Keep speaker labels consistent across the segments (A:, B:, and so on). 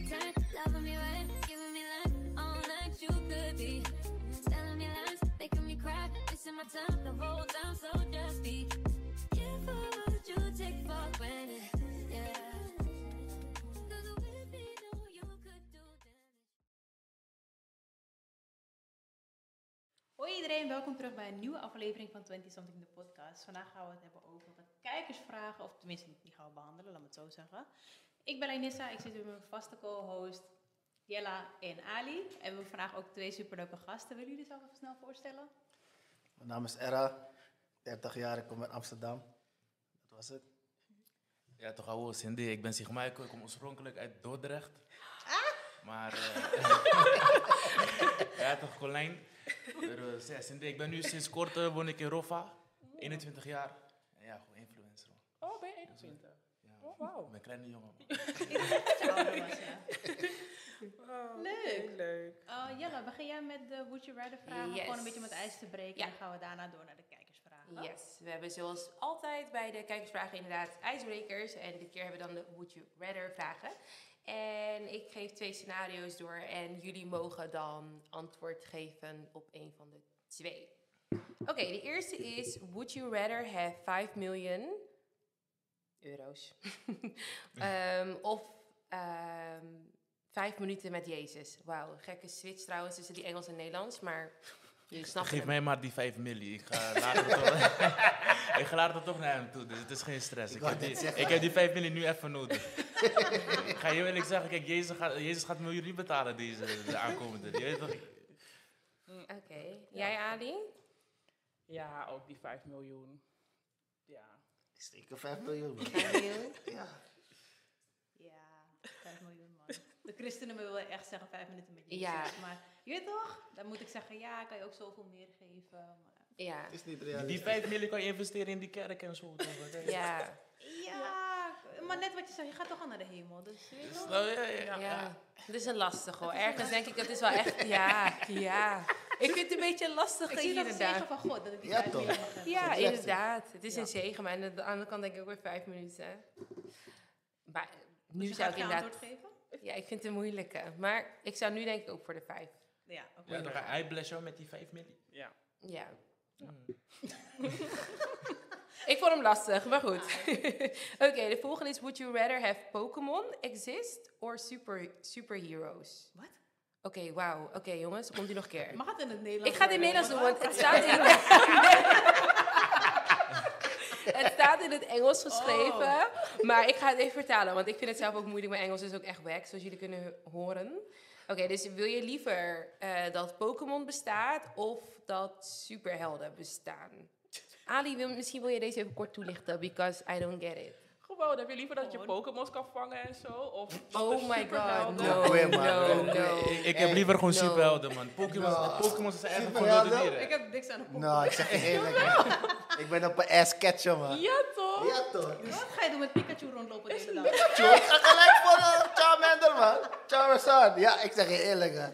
A: Loving me right, giving me life, all that you could be. Telling me lies, making me cry, wasting my time the whole time, so just be careful what you take for granted. Yeah. 'Cause with me, no, you could do damage.
B: Hoi iedereen, welkom terug bij een nieuwe aflevering van 20 Something de podcast. Vandaag gaan we het hebben over wat kijkersvragen, of tenminste die gaan we behandelen, laat me het zo zeggen. Ik ben Lynissa, ik zit weer met mijn vaste co-host Jella en Ali. En we hebben vandaag ook twee superleuke gasten. Willen jullie zelf even snel voorstellen?
C: Mijn naam is Era, 30 jaar, ik kom uit Amsterdam. Dat was het.
D: Ja, toch ouwe Cindy. Ik ben Sigmaiko. Ik kom oorspronkelijk uit Dordrecht.
C: Ah.
D: Maar... eh, ja, toch Colijn. Dus, ja, Cindy, ik ben nu sinds kort eh, woon ik in Roffa. 21 jaar. En ja, gewoon influencer. hoor.
E: Oh, ben je 21?
D: Ja.
E: Oh,
D: Ik
E: wauw.
D: ben een kleine jongen. man.
B: Ouder was je.
E: Wow,
B: Leuk.
E: oké, leuk.
B: Eh, Jella, begin jij met de Would You Rather vragen?
F: Yes.
B: Gewoon een beetje om het ijs te breken
F: Ja.
B: en dan gaan we daarna door naar de kijkersvragen.
F: Yes, we hebben zoals altijd bij de kijkersvragen inderdaad ijsbrekers. En dit keer hebben we dan de Would You Rather vragen. En ik geef twee scenario's door en jullie mogen dan antwoord geven op een van de twee. Oké, de eerste is Would You Rather Have 5 million euro's? Ehm, of ehm, vijf minuten met Jezus. Wauw, gekke switch trouwens tussen die Engels en Nederlands, maar jullie snappen
D: Geef
F: hem.
D: mij maar die 5 milli. Ik ga later toch, ik ga later toch naar hem toe. Dus het is geen stress.
C: Ik
D: Ik,
C: wou
D: heb,
C: net
D: die,
C: zeggen.
D: ik heb die 5 milli nu even nodig. ik ga je eerlijk zeggen. Kijk, Jezus gaat, Jezus gaat miljoen niet betalen deze de aankomende. Je weet toch...
F: Oké, jij Ali?
E: Ja, ook die 5 miljoen. Ja.
C: Zeker 5 miljoen. man. ja.
B: Ja, 5 miljoen man. De christenen willen echt zeggen 5 minuten met Jezus.
F: Ja.
B: Maar je weet toch, dan moet ik zeggen, ja, kan je ook zoveel meer geven. Maar
F: Ja.
C: Het is niet
D: Die
C: realistisch.
D: 5 miljoen kan je investeren in die kerk en zo. toch? Wat denk je?
F: Ja.
B: ja, maar net wat je zei, je gaat toch al naar de hemel. Dus je weet
D: Dus,
B: toch?
D: nou, ja, ja.
F: Ja.
E: ja.
F: Het is een lastig hoor.
B: Het is een
F: Ergens denk ik, dat is wel echt... Ja, ja. Ik vind het een beetje lastig
B: Ik zie dat als zegen
F: inderdaad.
B: van God, dat ik die
C: Ja,
B: vijf
C: toch?
B: miljoen mag hebben.
F: Ja,
C: Dat is echt zo.
F: inderdaad. Het is
E: Ja.
F: een zegen, maar aan de andere kant denk ik ook weer vijf minuten. Maar nu
B: Dus je
F: zou
B: gaat
F: ik
B: geen
F: inderdaad...
B: antwoord geven?
F: Ja, ik vind het een moeilijke. Maar ik zou nu denk ik ook voor de vijf.
B: Ja, oké.
D: Ja, dan ga hij bless jou met die 5 miljoen.
E: Ja.
F: Ja. Hmm. ik vond hem lastig, maar goed. Oké, de volgende is... Would you rather have Pokémon exist or super, superheroes?
B: Wat?
F: Oké, wauw. Oké, jongens, komt u nog een keer.
B: Mag het in het Nederlands?
F: Ik ga het in
B: worden?
F: Nederlands doen, want
B: Want-
F: het staat in... het staat in het Engels geschreven. Maar ik ga het even vertalen, want ik vind het zelf ook moeilijk. Mijn Engels is ook echt wack, zoals jullie kunnen horen. Oké, dus wil je liever eh, dat Pokémon bestaat of dat superhelden bestaan? Ali, wil, misschien wil je deze even kort toelichten, because I don't get it.
E: Gewoon, heb je liever dat je
B: Gewoon.
E: Pokémons kan vangen en zo? Of dat
F: Oh
E: de
F: my god,
E: superhelden-
F: no,
C: Goeie man,
F: no,
C: goeie.
F: no.
D: Ik, ik heb liever gewoon
F: no.
D: superhelden, man. Pokémon
C: No.
D: Pokémon zijn eigenlijk gewoon
C: Superhelden?
D: wilde dieren.
B: Ik heb niks aan de Pokémon.
C: Nou, ik zeg je eerlijk. man. ik ben op een ass catcher, man.
E: Ja, toch?
C: Ja, toch?
B: Wat ga je doen met Pikachu rondlopen de hele dag?
C: Tjoe, ga gelijk voor eh, Charmander, man. Charizard. Ja, ik zeg je eerlijk, man.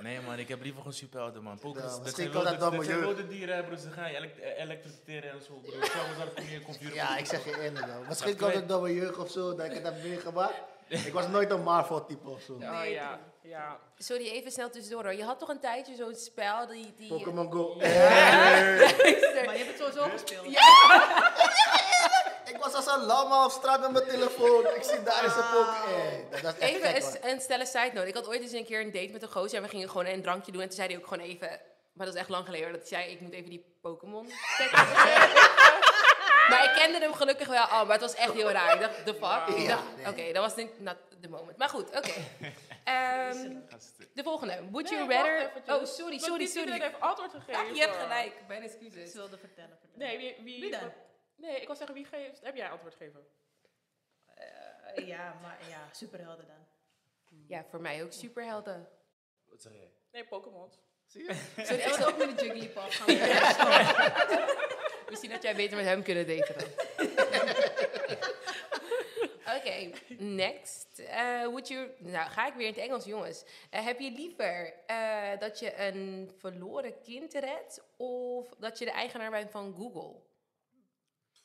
D: Nee, man, ik heb liever gewoon superhelden, man. Pokémon,
C: Ja,
D: dat
C: misschien
D: zijn
C: kan
D: wilde,
C: dat wel
D: dat zijn
C: miljoen.
D: wilde dieren, broers. Ze gaan je elekt- eh, elektriciteren en zo, broers. Zelfs als je een computer
C: Ja, ik zeg je eerlijk, man. Misschien
D: Dat
C: komt
D: weet-
C: het door mijn jeugd of zo, dat ik het heb meegemaakt. Ik was nooit een Marvel-type of zo.
E: Oh, ja. ja.
F: Sorry, even snel tussendoor hoor. Je had toch een tijdje zo'n spel die... die
C: Pokémon Go. Eh,
B: Maar je hebt het sowieso gespeeld.
C: Ik was als een lama op straat met mijn telefoon. Ik zie daar is een Pokémon. Eh, dat is echt
F: Even
C: gek,
F: een,
C: man.
F: een stelle side note. Ik had ooit eens een keer een date met een gozer en we gingen gewoon een drankje doen. En toen zei hij ook gewoon even, maar dat is echt lang geleden, hoor, dat hij zei ik moet even die Pokémon checken. maar ik kende hem gelukkig wel al, maar het was echt heel raar. Ik dacht, the fuck? Ik
C: Ja,
F: dacht,
C: nee.
F: oké, dat was niet not the moment. Maar goed, oké. Ehm, de volgende. Would you
E: Nee, wacht
F: rather...
E: eventjes.
F: Oh, sorry,
E: Want
F: sorry,
E: niet iedereen
F: sorry.
E: heeft antwoord gegeven.
F: Ah, je hebt gelijk, mijn excuses.
B: dus Ik wilde vertellen. vertellen.
E: Nee, wie... Wie,
B: Wie dan?
E: Nee, ik wil zeggen, wie geeft... Heb jij antwoord gegeven?
B: Eh, ja, maar ja, superhelden dan.
F: Ja, voor mij ook superhelden.
D: Wat zeg jij?
E: Nee, Pokémons.
F: Sorry, ik
B: Ik
F: zou
B: zou
F: ook
B: ook met de Jigglypuff gaan.
F: Misschien dat jij beter met hem kunnen daten dan. Oké, next. Eh, would you... Nou, ga ik weer in het Engels, jongens. Eh, heb je liever eh, dat je een verloren kind redt... of dat je de eigenaar bent van Google?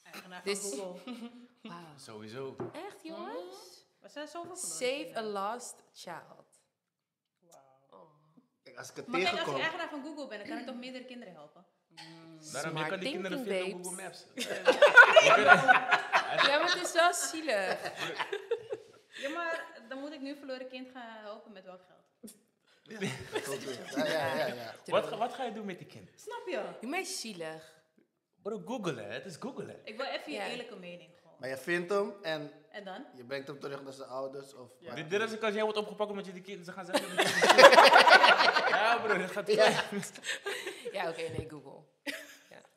B: Eigenaar van
F: Dit is-
B: Google.
F: Wauw.
D: Sowieso.
F: Echt, jongens?
B: Was er zoveel verloren?
F: Mm. Save a lost child.
E: Wauw.
C: Kijk, als ik het
B: Maar kijk, als ik
C: tegenkom.
B: eigenaar van Google ben, dan kan ik toch meerdere kinderen helpen.
D: Daarom, je
F: Smart
D: kan die kinderen
F: thinking,
D: vinden op Google
F: babes.
D: Maps.
F: Ja, maar het is wel zielig.
B: Ja, maar dan moet ik nu verloren kind gaan helpen met welk geld.
C: dat ook doen. Ja, ja, ja, ja.
D: Eh, Wat, ga- wat ga je doen met die kind?
B: Snap je?
F: Doe mij zielig.
D: Bro, Google hè. Het is Google hè.
B: Ik wil even
F: Ja.
B: je eerlijke mening gewoon.
C: Maar je vindt hem en
B: En dan?
C: je brengt hem terug naar zijn ouders. Of
E: Ja.
D: Dit, dit is ook als jij wordt opgepakt omdat je die kind... Ze gaan zeggen... ja bro, dat gaat...
F: Ja, oké, nee, Google.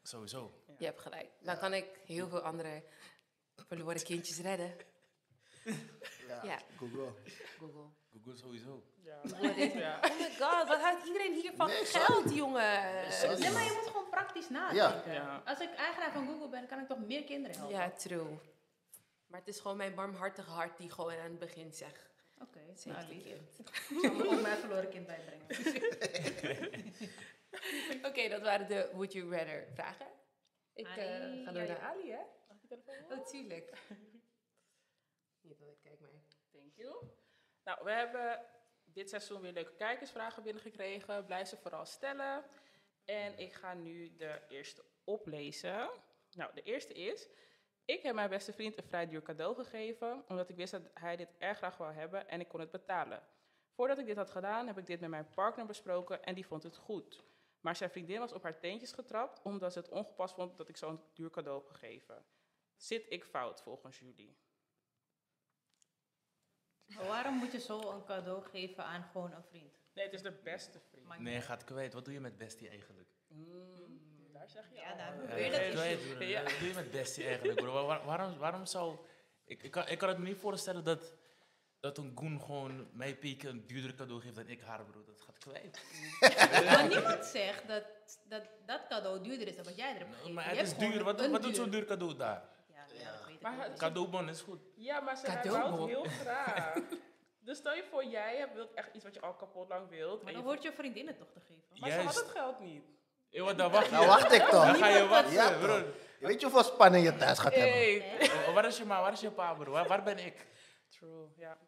D: Sowieso.
F: Je hebt gelijk. Dan kan ik heel veel andere verloren kindjes redden.
C: ja,
F: Ja.
C: Google.
F: Google.
D: Google sowieso.
E: Ja.
F: Ja. Oh my god, wat houdt iedereen hiervan
C: Nee, sorry.
F: geld, jongen?
C: Sorry,
B: Nee, maar
C: man.
B: je moet gewoon praktisch nadenken.
E: Ja.
B: Als ik eigenaar van Google ben, kan ik toch meer kinderen helpen?
F: Ja, true. Maar het is gewoon mijn barmhartige hart die gewoon aan het begin zegt.
B: Oké,
F: Save
B: nou
F: the
B: lief.
F: kid.
B: Ik zal me ook mijn verloren kind bijbrengen.
F: Oké, dat waren de Would You Rather vragen. Ik eh,
B: Ali,
F: ga door
B: jij-
F: naar Ali, hè?
E: telefoon?
F: Oh, tuurlijk. Niet dat ik kijk, maar...
E: Thank you. Nou, we hebben dit seizoen weer leuke kijkersvragen binnengekregen. Blijf ze vooral stellen. En ik ga nu de eerste oplezen. Nou, de eerste is... Ik heb mijn beste vriend een vrij duur cadeau gegeven... omdat ik wist dat hij dit erg graag wou hebben en ik kon het betalen. Voordat ik dit had gedaan, heb ik dit met mijn partner besproken en die vond het goed. Maar zijn vriendin was op haar teentjes getrapt... omdat ze het ongepast vond dat ik zo'n duur cadeau heb gegeven. Zit ik fout volgens jullie?
B: Maar Waarom moet je zo een cadeau geven aan gewoon een vriend?
E: Nee, het is de beste vriend.
B: Maakt
D: Nee,
B: niet
D: gaat kwijt. Wat doe je met bestie eigenlijk?
E: Mm, daar zeg je
B: Ja,
E: al.
B: daar-
E: wat.
B: Probeer dat
D: Eh,
B: eens
D: kwijt,
E: doen.
D: eh,
E: Ja.
D: Wat doe je met bestie eigenlijk? Bro? Waar- waar- waarom, waarom zou... Ik, ik, kan, ik kan het me niet voorstellen dat, dat een goen gewoon mij pieken een duurder cadeau geeft dan ik haar, bro. Dat gaat kwijt.
B: uit. Maar niemand zegt dat dat, dat cadeau duurder is dan wat jij er hebt
D: Nou,
B: gegeven.
D: maar
B: Je
D: het
B: hebt
D: is
B: gewoon
D: duur. Wat,
B: een
D: wat doet zo'n duur cadeau daar?
B: Ja, ja, dat weet ik
E: Maar
B: ook
E: het-
B: niet.
D: Cadeaubon is goed.
E: Ja, maar ze hij
F: Cadeau,
E: wou het
F: hoor.
E: heel graag. dus stel je voor, jij hebt- wilt echt iets wat je al kapot lang wilt.
B: Maar
E: en
B: dan
E: je
B: hoort je vriendin het toch te geven.
E: voelt- maar ze had
D: Juist.
E: het geld niet.
D: Hé, wat, dan wacht je.
C: Nou wacht ik
D: Dan
C: toch.
D: ga je wachten,
C: Ja,
D: bro.
C: Je weet je hoeveel spanning je thuis gaat hebben.
E: Hey.
B: Hè?
D: Oh, Waar is je ma? Waar is je pa, bro? Waar, waar ben ik?
E: True, ja.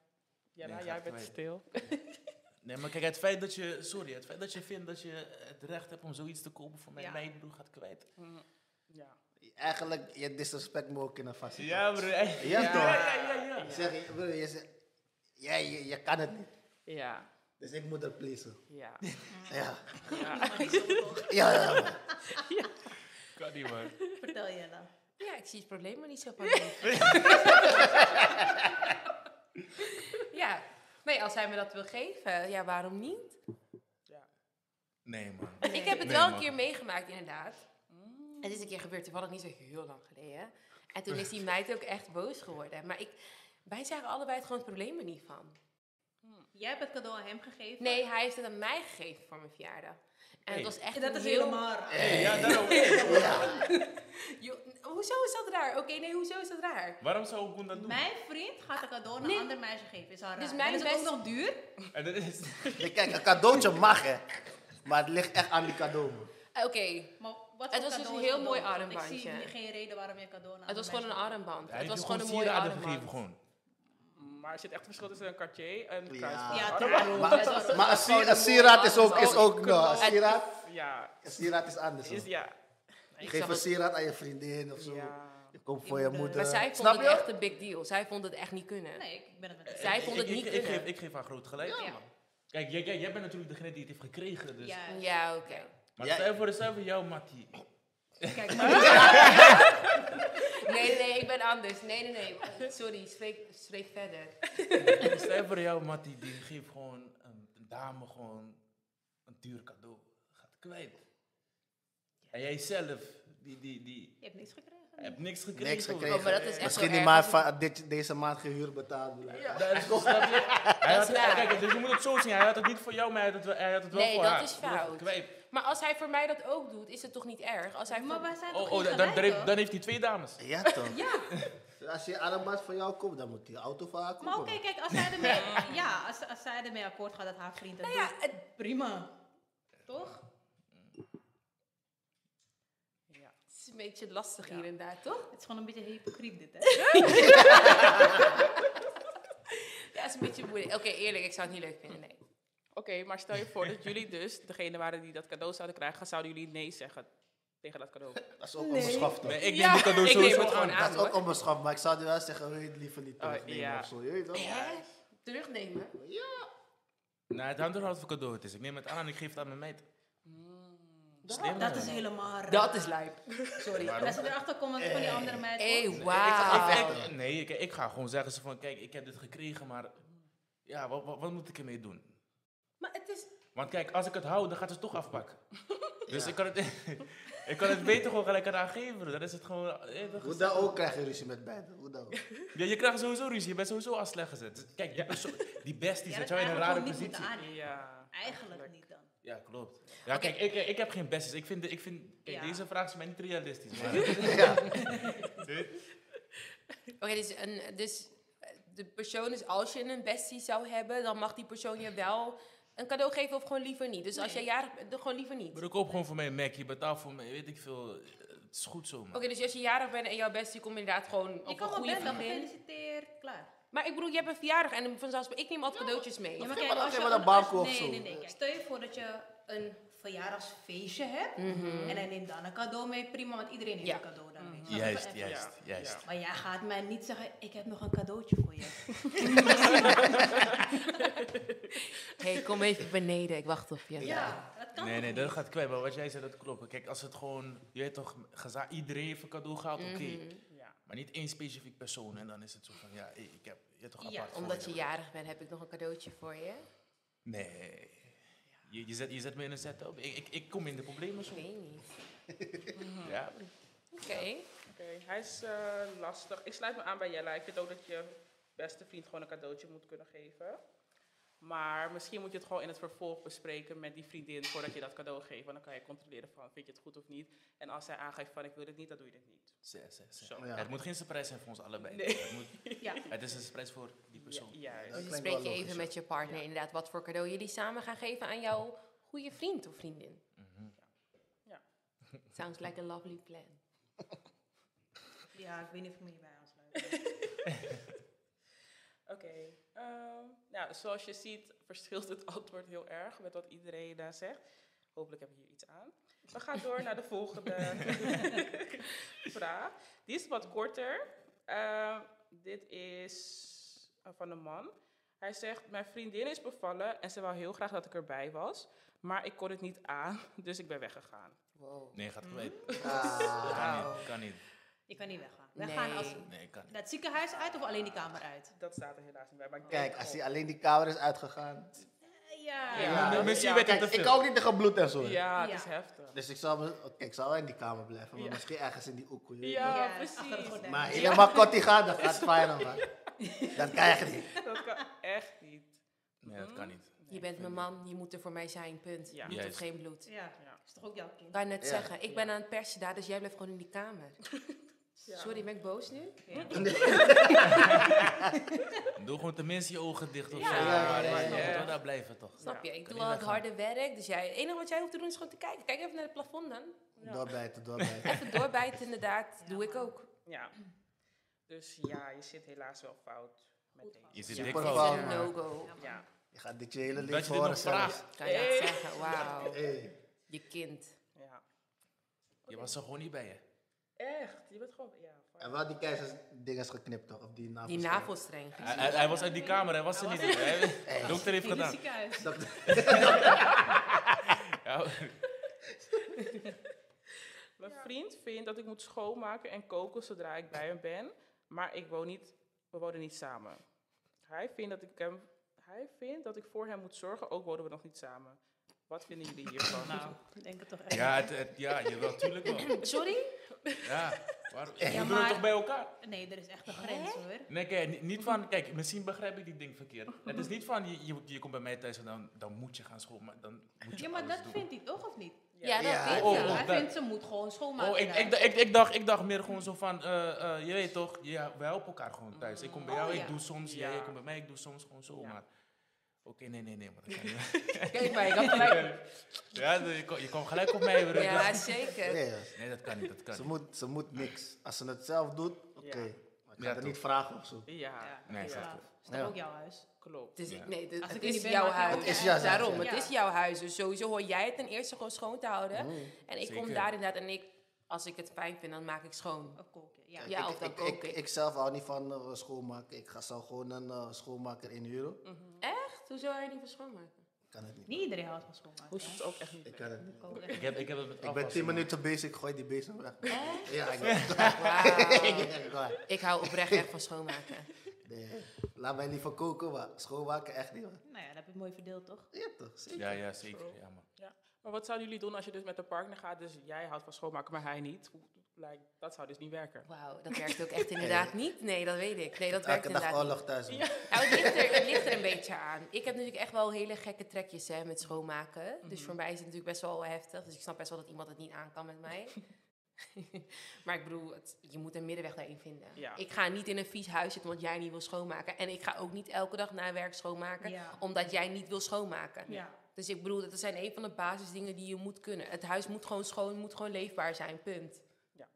D: Nee,
E: Ja, nou,
D: gaat
E: jij bent
D: kwijt.
E: stil.
D: Nee, maar kijk, het feit dat je... Sorry, het feit dat je vindt dat je het recht hebt om zoiets te kopen voor mij,
B: Ja.
D: mijn broer gaat kwijt.
E: Mm, Ja.
C: Eigenlijk, je disrespect me ook in een vast.
D: bro.
C: Ja,
E: Ja.
C: toch?
D: ja, ja. ja.
C: Ik Zeg, bro, je, zegt, jij, je, je kan het niet.
E: Ja,
C: Dus ik moet het pleasen.
E: ja.
C: Ja.
E: ja.
C: Ja, ja, ja.
D: Kan niet, man.
B: Vertel je dan.
F: Ja, ik zie het probleem maar niet zo van. ja, nee, als hij me dat wil geven, ja, waarom niet?
D: Nee, man.
F: Ik heb het
D: Nee,
F: wel een
D: man.
F: keer meegemaakt, inderdaad. Het is een keer gebeurd, toevallig niet zo heel lang geleden. En toen is die meid ook echt boos geworden. Maar ik, wij zagen allebei het gewoon het probleem er niet van.
B: Jij hebt het cadeau aan hem gegeven.
F: Nee, hij heeft het aan mij gegeven voor mijn verjaardag. En
D: Hey.
F: het was echt
B: dat
F: een
B: is
F: heel...
B: helemaal raar.
D: Hey, ja, daarom. Hey.
F: Jo- hoezo is dat raar? Oké, nee, hoezo is dat raar?
D: Waarom zou Koen dat doen?
B: Mijn vriend gaat een cadeau aan een
F: Nee.
B: ander meisje geven. Is al raar.
F: Dus mijn
B: Dan is het ook
F: best-
B: nog duur?
D: En dat is...
C: Nee, Kijk, een cadeautje mag, hè. Maar het ligt echt aan die cadeau, man.
F: Eh, Oké,
B: Maar wat voor
F: Het was dus
B: cadeau
F: een
B: is
F: heel mooi
B: cadeau? Want Ik
F: armbandje.
B: zie geen reden waarom je cadeau aan
F: het was gewoon een
B: meisje
F: armband.
D: Hij
F: het
D: heeft
F: was
D: je
F: gewoon een mooie
D: sieraden
F: armband.
D: gegeven, gewoon.
E: Maar er zit echt een verschil tussen een Cartier en een
C: Ja.
E: kruisband.
B: Ja,
E: Waarom?
B: tuurlijk.
C: Maar, maar een, sier- een sieraad is ook... Is ook nou, een, sieraad,
E: Ja,
C: een sieraad is anders.
E: is
C: hoor.
E: ja.
C: Je geeft een sieraad aan je vriendin of zo.
E: Ja.
C: Je koopt voor je moeder.
F: Maar
D: eh,
F: zij vond
C: Snap
F: het
C: je?
F: echt een big deal. Zij vond het echt niet kunnen.
B: Nee, ik ben het met
F: Zij vond het
D: Ik- ik-
F: niet
D: ik, ik,
F: kunnen.
D: geef, ik geef haar groot gelijk.
B: Ja.
D: man. Kijk, jij, jij, jij bent natuurlijk degene die het heeft gekregen. Dus.
B: Ja,
F: Ja, oké.
D: Maar
C: Ja.
D: stel voor, stel voor jou, Mattie.
B: kijk maar.
F: Nee, nee, nee, ik ben anders. Nee, nee, nee. Sorry, spreek, spreek verder.
D: stel voor jou, Mattie, die geeft gewoon een, een dame gewoon een duur cadeau. Gaat kwijt. En jij zelf, die, die, die
B: Je hebt niks gekregen.
D: hebt niks gekregen.
C: Niks gekregen.
F: Oh, maar dat is echt
C: Misschien
F: wel
C: die
F: erg
C: maand
F: als
C: van, dit, deze maand geen huur betaald. broer.
D: Dat is toch snap je? Hij had,
F: waar.
D: kijk, dus je moet het zo zien. Hij had het niet voor jou, maar hij had het wel, hij had het wel
F: Nee,
D: voor
F: dat
D: haar.
F: is
D: Broer,
F: fout.
D: Kwijt.
F: Maar als hij voor mij dat ook doet, is het toch niet erg? Als hij
B: Maar
F: voor...
B: wij zijn toch
D: Oh, oh, dan,
B: geen
D: dan,
B: gelijken?
D: heeft- dan heeft hij twee dames.
C: Ja, toch?
B: Ja,
C: Als je armband voor jou koopt, dan moet die auto voor haar kopen.
B: maar oké, kijk, als zij ermee, ja, als, als zij ermee akkoord gaat dat haar vriend dat
F: Nou ja,
B: doet,
F: het-
B: prima. Toch?
E: ja.
F: het is een beetje lastig
E: Ja.
F: hier inderdaad, toch?
B: Het is gewoon een beetje hypocriet dit, hè?
F: is een beetje moeilijk. Oké, eerlijk, ik zou het niet leuk vinden, nee.
E: Oké, maar stel je voor dat jullie dus degene waren die dat cadeau zouden krijgen, zouden jullie nee zeggen tegen dat cadeau?
C: Dat is ook onbeschaft. hoor.
D: Nee, ik neem
E: Ja,
D: die cadeau
E: ik neem
D: sowieso
E: het gewoon
D: aan.
E: aan.
C: Dat is ook
F: hoor.
C: onbeschaft, maar ik zou die wel zeggen, wil je het liever niet
E: Oh,
C: terugnemen
E: ja.
C: of zo. Je weet toch?
F: Hè? Terugnemen?
D: Nee, het hangt er af voor cadeau het is. Ik neem het aan en ik geef het aan mijn meid. Slim.
B: Dat is helemaal raar.
F: Dat is lijp.
B: Sorry. En als ze erachter komen van die andere meid...
F: Hé,
B: oh,
D: Ik-
F: wauw.
D: ik- nee, ik, ik ga gewoon zeggen ze van, kijk, ik heb dit gekregen, maar ja, wat, wat, wat moet ik ermee doen?
B: Maar het is...
D: Want kijk, als ik het hou, dan gaat ze het toch afpakken. Dus ik, kan het, ik kan het beter gewoon gelijk aan haar geven. Dan is het gewoon... eh, dan-
C: Hoe dan ook krijg je ruzie met beiden. Hoe dan ook.
D: Ja, je krijgt sowieso ruzie. Je bent sowieso als slecht gezet. Dus Kijk, die, perso- die bestie
B: Ja,
D: zet
B: dat
D: jou in
B: eigenlijk
D: een rare
B: gewoon niet moeten
D: positie.
B: aannemen.
E: Ja.
B: Eigenlijk niet dan.
D: Ja, klopt. Ja, kijk, ik, ik heb geen besties. Ik vind, de- ik vind kijk,
B: Ja.
D: deze vraag is mij niet realistisch. Maar
F: Oké, dus, een, dus de persoon is als je een bestie zou hebben, dan mag die persoon je wel een cadeau geven of gewoon liever niet. Dus als jij jarig bent, dan gewoon liever niet.
D: Maar ik koop gewoon voor mij een Mac. Je betaalt voor mij, weet ik veel. Het is goed zo, man.
F: Oké, dus als je jarig bent en jouw bestie komt inderdaad gewoon
B: Je
F: op een
B: kan wel
F: goede
B: bellen,
F: vriendin.
B: gefeliciteerd, klaar.
F: Maar ik bedoel, je hebt een verjaardag en vanzelfsprekend, ik neem altijd cadeautjes mee.
B: Ja,
C: Of
B: maar
C: geef
B: kijk,
C: maar-
B: als
C: geef
B: je
C: maar een
B: een- als-
C: bakel of
B: nee,
C: zo.
B: Nee, nee, Kijk, Stel je voor dat je een verjaardagsfeestje hebt en hij neemt dan een cadeau mee, prima, want iedereen heeft
F: Ja.
B: een cadeau dan. weet je.
D: Mhm. Juist,
B: Even-
D: juist,
E: Ja.
D: juist.
E: Ja.
B: Maar jij gaat mij niet zeggen, ik heb nog een cadeautje voor je.
F: Hé, hey, kom even beneden, ik wacht op je.
B: Ja, dat kan
D: Nee,
B: toch
D: nee,
B: niet?
D: dat gaat kwijt. Maar wat jij zei, dat klopt. Kijk, als het gewoon, je weet toch, geza- iedereen heeft een cadeau gehad,
F: Mhm.
D: oké.
B: Mhm.
E: Ja.
D: Maar niet één specifiek persoon. En dan is het zo van, ja, ik heb je toch
B: Ja,
D: apart voor
F: Omdat je jarig bent, heb ik nog een cadeautje voor je.
D: Nee. Je, je, zet, je zet me in een setup. Ik, ik, ik kom in de problemen
F: Ik
D: zo.
F: weet niet. Oh,
D: Ja.
F: Oké.
E: Oké, hij is eh, lastig. Ik sluit me aan bij Jella. Ik vind ook dat je beste vriend gewoon een cadeautje moet kunnen geven. Maar misschien moet je het gewoon in het vervolg bespreken met die vriendin voordat je dat cadeau geeft. Want dan kan je controleren van, vind je het goed of niet? En als zij aangeeft van, ik wil dit niet, dan doe je dit niet.
D: Zes, zes, zes.
E: Zo.
C: Ja.
D: Het moet geen surprise zijn voor ons allebei.
E: Nee.
D: Het, moet,
B: Ja.
D: het is een surprise voor die persoon.
E: Ja, juist.
C: Dat
F: Dus dan
C: klinkt
F: spreek
C: wel
F: je
C: logisch,
F: even met je partner inderdaad wat voor cadeau jullie samen gaan geven aan jouw goede vriend of vriendin.
D: Mhm.
E: Ja.
F: Sounds like a lovely plan.
B: Ja, ik weet niet of ik me hierbij aansluit.
E: Oké. ehm, nou, zoals je ziet verschilt het antwoord heel erg met wat iedereen eh, zegt. Hopelijk heb je hier iets aan. We gaan door naar de volgende vraag. Die is wat korter. Ehm, dit is eh, van een man. Hij zegt, mijn vriendin is bevallen en ze wou heel graag dat ik erbij was. Maar ik kon het niet aan, dus ik ben weggegaan.
F: Wow.
D: Nee, gaat kwijt.
C: Ah,
D: Kan niet, kan niet.
B: Je kan niet weggaan. We
F: Nee.
B: gaan als
D: Nee, kan niet.
B: dat ziekenhuis uit of alleen die kamer uit?
E: Dat staat er helaas niet bij. Maar ik denk
C: Kijk, als
E: gewoon-
C: hij alleen die kamer is uitgegaan.
B: Ja.
E: Ja.
D: Ja,
C: dat-
D: misschien
E: ja,
D: weet ik
C: Kijk,
D: te
C: ik
D: veel.
C: hou ook niet tegen bloed en zo.
E: Ja, het
B: Ja.
E: is heftig.
C: Dus ik zou, me- oké, ik zou wel in die kamer blijven, maar
E: Ja.
C: misschien ergens in die oekoe. je weet
E: Ja,
B: Ja, achter het
E: precies.
B: gordijn.
C: Maar helemaal kortie gaan, dat gaat fijn, man. Dat krijg je niet.
E: Dat kan echt niet.
D: Nee, dat kan niet.
F: Je bent mijn man, je moet er voor mij zijn, punt.
E: Ja.
F: Bloed of
D: Juist.
F: geen bloed.
B: Ja,
E: Ja.
B: is toch ook jouw kind?
F: Ik kan net
C: Ja.
F: zeggen, ik ben aan het persen daar, dus jij blijft gewoon in die kamer.
E: Ja.
F: Sorry, ben ik boos nu?
D: Doe gewoon tenminste je ogen dicht of
E: Ja,
D: zo.
E: ja,
D: Maar
C: ja,
D: je
C: ja,
D: moet
E: ja.
D: wel daar blijven toch?
F: Snap je? Ik
D: Kan
F: doe
D: je
F: al het
D: weggaan.
F: harde werk, dus jij, het enige wat jij hoeft te doen is gewoon te kijken. Kijk even naar het plafond dan.
C: Doorbijten, doorbijten.
F: Even doorbijten inderdaad, doe ik ook.
E: Ja. Dus ja, je zit helaas wel fout met
D: Je
E: deze.
D: zit
C: Ja.
D: dik
C: Voor
F: Is
C: de
D: fout.
C: Wauw,
F: een
C: maar-
F: no-go.
E: Ja.
C: Je gaat dit je hele
D: Dat
C: leven
D: je dit nog
C: horen
D: vraagt.
C: zelf.
F: Kan je
E: Hey.
F: dat zeggen? Wauw,
C: Hey.
F: je kind.
E: ja.
D: Je was er gewoon niet bij je.
E: Echt, je bent gewoon... Ja,
C: En wel die keizersdinges geknipt toch? Of die navel.
F: Die navelstreng.
D: Hij, hij- hij was uit die kamer, hij was er niet. Hij- De dokter heeft
B: In het
D: gedaan.
B: ziekenhuis.
D: Ja,
E: Mijn vriend vindt dat ik moet schoonmaken en koken zodra ik bij hem ben. Maar ik woon niet, we wonen niet samen. Hij vindt dat ik, hem, hij vindt dat ik voor hem moet zorgen, ook wonen we nog niet samen. Wat vinden jullie hiervan?
B: Nou, ik denk het toch echt.
D: ja, het, het- ja jawel, tuurlijk wel.
F: Sorry?
D: Ja, waarom? we doen het
B: maar-
D: toch bij elkaar?
B: Nee, er is echt een grens hoor.
D: Nee, kijk, ni- niet van, kijk, misschien begrijp ik die ding verkeerd. Het is niet van, je, je, je komt bij mij thuis en dan, dan moet je gaan schoonmaken. Dan moet je
B: Ja, maar
D: alles
B: dat
D: doen.
B: vindt hij toch of niet?
F: Ja, dat
C: Ja.
F: weet
D: dus Oh,
F: ik.
D: oh.
B: hij
D: dat-
B: vindt ze moet gewoon schoonmaken.
D: Oh, ik,
B: daar.
D: ik, ik, ik, dacht, ik dacht meer gewoon zo van, eh, eh, je weet toch, ja, we helpen elkaar gewoon thuis. Ik kom bij
B: Oh,
D: jou,
B: ja.
D: ik doe soms,
E: Ja.
D: jij, jij komt bij mij, ik doe soms gewoon zo,
E: Ja.
D: maar... Oké, nee, nee, nee, maar dat kan niet.
F: Kijk maar, ik had gelijk.
D: Ja, dus je kwam- je kwam gelijk op mij. broer.
F: Ja, zeker.
C: Nee,
D: Nee, dat kan niet, dat kan
C: ze,
D: niet.
C: moet, ze moet niks. Als ze het zelf doet, oké.
E: Ja.
C: Maar ik ga
D: Ja,
C: er
D: toch.
C: niet vragen of zo.
E: Ja.
B: Ja,
D: Nee,
B: ja.
D: zegt
B: Is toch
C: Ja.
B: ook jouw huis?
E: Klopt.
F: Dus
D: Ja.
F: ik, nee, de-
B: Als
F: het
B: ik er
F: is
B: niet ben,
F: jouw
B: maakt het
F: huis.
B: niet
C: Het is jouw huis,
F: Daarom,
C: ja.
F: het
B: Ja.
F: is jouw huis. Dus sowieso hoor jij het ten eerste gewoon schoon te houden.
C: Mm.
F: En ik kom
D: Zeker.
F: daarin uit en ik, als ik het fijn vind, dan maak ik schoon.
B: Of koken, ja.
F: Ja.
C: ik,
F: of dan
C: ik,
F: kook
C: ik,
F: ik.
C: ik zelf hou niet van eh, schoonmaken. Ik ga zo gewoon een eh, schoonmaker inhuren.
F: Echt? Hoezo hou je niet van schoonmaken?
C: Ik kan het niet.
B: Niet iedereen houdt van schoonmaken.
E: Hoe is het ook echt niet?
C: Ik kan het niet.
B: Koken.
D: Ik heb, ik heb het met
C: Ik ben 10
D: afwassen, man.
C: minuten bezig, ik gooi die bezig weg.
F: Echt?
C: Ja, ik ben
F: Wauw.
C: Echt waar.
F: ik hou oprecht echt van schoonmaken.
C: Nee, laat mij liever koken, maar schoonmaken echt niet. man.
B: Nou ja, dat heb je mooi verdeeld, toch?
C: Ja, toch? Zeker.
D: Ja, ja, zeker. Ja, man.
E: Maar wat zouden jullie doen als je dus met een partner gaat? Dus jij houdt van schoonmaken, maar hij niet. Hoe- Like, dat zou dus niet werken.
F: Wauw, dat werkt ook echt inderdaad niet. Nee, dat weet ik. Nee, dat
C: Elke
F: werkt
C: dag
F: inderdaad niet.
C: oorlog thuis. man.
F: Nou, het ligt, er, het ligt er een beetje aan. Ik heb natuurlijk echt wel hele gekke trekjes hè, met schoonmaken. Dus voor mij is het natuurlijk best wel heftig. Dus ik snap best wel dat iemand het niet aan kan met mij. maar ik bedoel, het- je moet een middenweg daarin vinden.
E: Ja.
F: Ik ga niet in een vies huis zitten omdat jij niet wil schoonmaken. En ik ga ook niet elke dag na werk schoonmaken
B: Ja.
F: omdat jij niet wil schoonmaken.
B: Ja.
F: Dus ik bedoel, dat zijn een van de basisdingen die je moet kunnen. Het huis moet gewoon schoon, moet gewoon leefbaar zijn, punt.
E: Ja.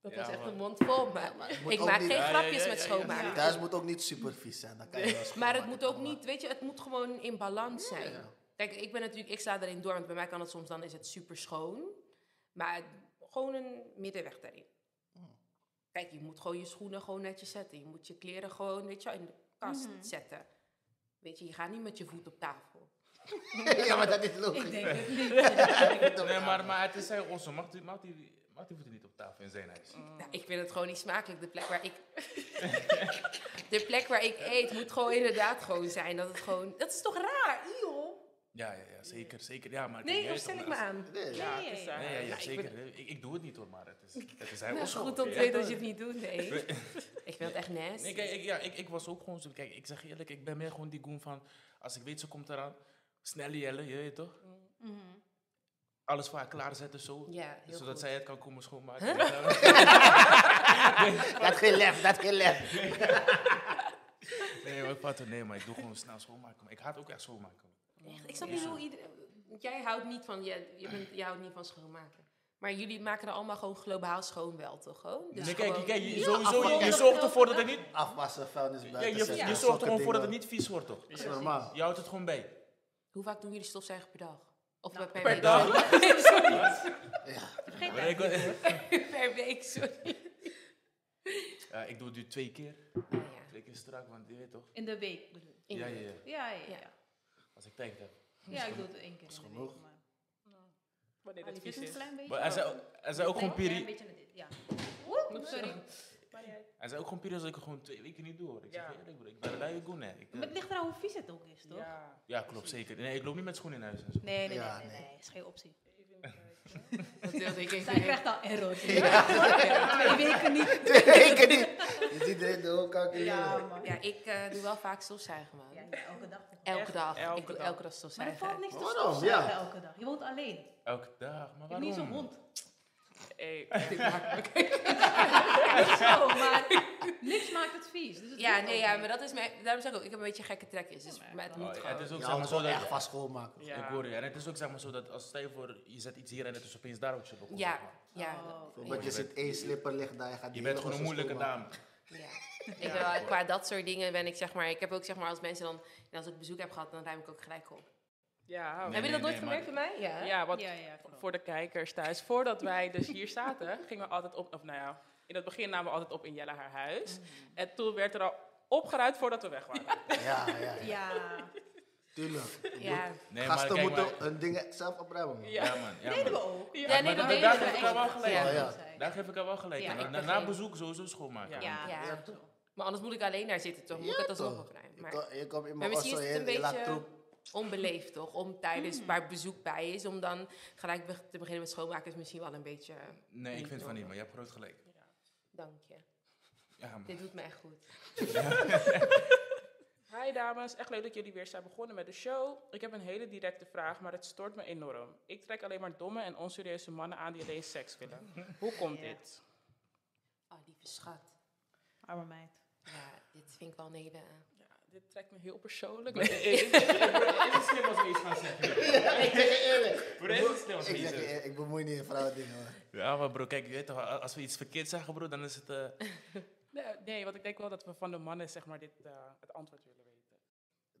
F: Dat
D: Ja,
F: was echt
D: man.
F: een mond vol, maar
C: moet
F: ik
C: ook
F: maak
C: niet-
F: geen
D: Ja, ja,
F: grapjes
D: ja,
F: met
D: ja, ja,
F: schoonmaken.
B: ja.
C: Thuis moet ook niet super vies zijn. Dan kan je wel
F: Maar
C: schoonmaken,
F: het moet ook
C: maar-
F: niet, weet je, het moet gewoon in balans zijn. Kijk, ik ben natuurlijk, ik sla erin door, want bij mij kan het soms, dan is het super schoon. Maar het- gewoon een middenweg daarin. Kijk, je moet gewoon je schoenen gewoon netjes zetten. Je moet je kleren gewoon, weet je, wel, in de kast zetten. Weet je, je gaat niet met je voet op tafel.
C: ja, maar dat is logisch.
B: Ik denk het niet.
D: Nee, maar, maar het is zijn ossen. Mag die, mag, die, mag die voeten niet op tafel in zijn huis?
F: Nou, ik vind het gewoon niet smakelijk. De plek waar ik. de plek waar ik eet moet gewoon inderdaad gewoon zijn. Dat, het gewoon, dat is toch raar, joh?
D: Ja, ja, ja zeker, zeker. Ja, maar
F: Eh, Nee,
D: joh,
F: of stel ik me aan?
C: Nee,
E: Ja,
B: Nee,
E: het is eh,
B: ja,
E: daar.
D: Nee, ja, ja,
F: Ja, ik
D: zeker. Ik, ik doe het niet hoor, maar het is, het is zijn
F: Nou,
D: ossen.
F: goed om te weten dat je het niet doet, nee. ik vind het echt nasty.
D: Nee, kijk, ik, ja, ik, ik was ook gewoon zo. Kijk, ik zeg je eerlijk, ik ben meer gewoon die goen van. Als ik weet ze komt eraan, snel jellen, je weet toch?
B: Mhm.
D: Alles voor haar klaarzetten zo.
F: Ja, heel
D: zodat
F: goed.
D: zij het kan komen schoonmaken.
C: Dat geen lef, dat geen lef.
D: nee, maar ik vat er- nee, maar ik doe gewoon snel schoonmaken. Maar Ik haat ook echt schoonmaken.
F: Echt, ik snap niet hoe iedereen... Jij houdt niet van, jij, je bent, jij houdt niet van schoonmaken. Maar jullie maken er allemaal gewoon globaal schoon wel, toch? Gewoon? Dus
D: nee, kijk,
F: gewoon-
D: kijk, je,
F: Ja,
D: sowieso, je,
F: afval.
D: je zorgt ervoor dat het niet.
C: Afwassen, vuilnis
D: Ja,
C: buiten.
D: je,
C: zetten,
D: je zorgt
C: zulke
D: er gewoon voor dat
C: dingen.
D: het niet vies wordt, toch?
C: Dat is normaal.
D: Je houdt het gewoon bij.
F: Hoe vaak doen jullie stofzuigen per dag? Of
B: Nou,
F: per,
D: Per
F: week?
D: dag.
B: Vergeet
D: Maar
B: dat.
D: ik,
F: per week, sorry.
D: ja, ik doe het nu twee keer.
F: Ah, ja.
D: Twee keer strak, want je weet toch?
B: In de week bedoel ik.
F: In
D: Ja,
F: de
D: ja, ja.
B: Ja, ja,
F: Ja.
B: ja.
D: Als ik tijd heb.
B: Ja, ik doe het één keer
C: is
B: in de
C: genoeg.
B: week. Maar
E: Wanneer
B: Ah,
E: het
B: die
E: vies
B: is een
E: is.
B: klein beetje.
D: Maar er zijn, ook- er zijn ook gewoon
B: Ja, een
D: peri-
B: beetje naar dit, ja. Oeh,
E: Moet
B: sorry.
E: zo.
D: er zijn ook gewoon periodes dat ik het gewoon twee weken niet doe hoor. Ik
E: Ja.
D: zeg je eerlijk, broer, ik ben een luie goen, hè. Ik, eh,
B: Maar het ligt eraan hoe vies het ook is, toch?
E: Ja.
D: ja, klopt zeker. Nee, ik loop niet met schoenen in huis en zo.
B: Nee, nee,
C: Ja,
B: nee, nee,
C: nee.
B: nee, is geen optie.
F: Dat wilde ik even
B: Zij krijgt al error. Ja. Twee weken niet.
C: Twee weken niet. Je ziet erin de hoek
B: Ja,
C: calculeren.
B: man.
F: Ja, ik eh, doe wel vaak stofzuigen, man.
B: Ja, ja, elke dag.
F: Elke
E: Echt?
F: dag.
E: Elke
F: ik doe
E: dag.
F: elke
B: Maar
F: dag
B: er
F: stofzuigen.
B: valt niks te
C: Waarom?
B: stofzuigen
C: Ja.
B: elke dag. Je woont alleen. Je
D: Elke dag, maar
B: hebt
D: waarom?
B: niet zo'n hond.
E: Hey,
B: Zo, maar niks maakt het vies. Dus het
F: Ja,
B: hoeft
F: nee,
B: ook
F: ja,
B: niet.
F: maar dat is mijn... Daarom zeg ik ook, ik heb een beetje gekke trekjes. Dus, maar het
D: Oh,
F: moet
D: ja,
F: gewoon.
D: het is ook
C: Je
D: zeg maar
C: houdt
D: zo
C: gewoon echt
D: dat...
C: van schoonmaken.
E: ja.
D: Ik hoor je. En het is ook zeg maar zo dat als stel je voor, je zet iets hier en het is opeens daar wat je begon. zeg
F: Ja,
D: maar.
F: ja.
B: Oh.
C: Want je zit één slipper ligt daar. Je, gaat
D: Je bent gewoon een moeilijke
C: naam.
D: dame.
F: Ja. Ik ben wel, qua dat soort dingen ben ik zeg maar. Ik heb ook zeg maar als mensen dan. en Als ik bezoek heb gehad, dan ruim ik ook gelijk op.
E: Ja,
D: Nee,
F: heb je dat nooit
D: nee,
F: gemerkt bij mij? Ja.
E: ja, wat
B: Ja, ja, klopt.
E: voor de kijkers thuis. Voordat wij dus hier zaten, gingen we altijd op, of nou ja, in het begin namen we altijd op in Jelle haar huis.
D: Mhm.
E: En toen werd er al opgeruimd voordat we weg waren.
C: Ja, ja, ja.
B: Ja,
C: Tuurlijk.
F: Ja.
D: Nee, maar
C: Gasten
D: kijk
C: moeten
D: maar.
C: hun dingen zelf opruimen. man.
E: Ja.
D: Ja man, ja
B: deden we
D: man.
B: ook.
E: Ja,
F: Ja,
D: maar
F: nee, dat
D: dat-
F: deed
D: daar
F: ik
D: geef ik haar wel gelijk
F: Ja.
C: aan.
B: dat zei ik.
D: Daar geef ik haar wel gelijk
F: Ja,
D: aan.
F: ik
D: Na, na
F: begrijp.
D: bezoek sowieso schoonmaken.
E: Ja.
D: man.
F: Ja.
C: Ja, toch?
F: Maar anders moet ik alleen daar zitten toch? Moet ik
C: Ja,
F: het alsnog
C: toch.
F: opruimen.
C: Je
F: Maar
C: ko- Je komt in
F: Maar
C: mijn
F: misschien
C: osso
F: is het
C: heen,
F: een
C: je laat
F: beetje
C: troep.
F: onbeleefd toch? Om tijdens waar bezoek bij is, om dan gelijk be- te beginnen met schoonmaken is misschien wel een beetje.
D: Nee, ik vind
F: Niet
D: van
F: normaal.
D: niet, maar je hebt groot gelijk.
F: Dank je.
D: Ja man.
F: Dit doet me echt goed.
E: Hi dames, echt leuk dat jullie weer zijn begonnen met de show. Ik heb een hele directe vraag, maar het stoort me enorm. Ik trek alleen maar domme en onserieuze mannen aan die alleen seks willen. Hoe komt
B: Ja.
E: dit?
F: Oh, lieve schat.
B: arme meid.
F: Ja, dit vind ik wel een hele.
E: Ja, dit trekt me heel persoonlijk.
D: Het is slim als we iets gaan zeggen. Voor deze slim als
C: Ik zeg je, eerlijk, ik bemoei niet in vrouwen dingen. hoor.
D: Ja, maar bro, kijk, je weet toch, a- als we iets verkeerd zeggen, bro, dan is het... eh,
E: Nee, nee, want ik denk wel dat we van de mannen zeg maar, dit, eh, het antwoord willen weten.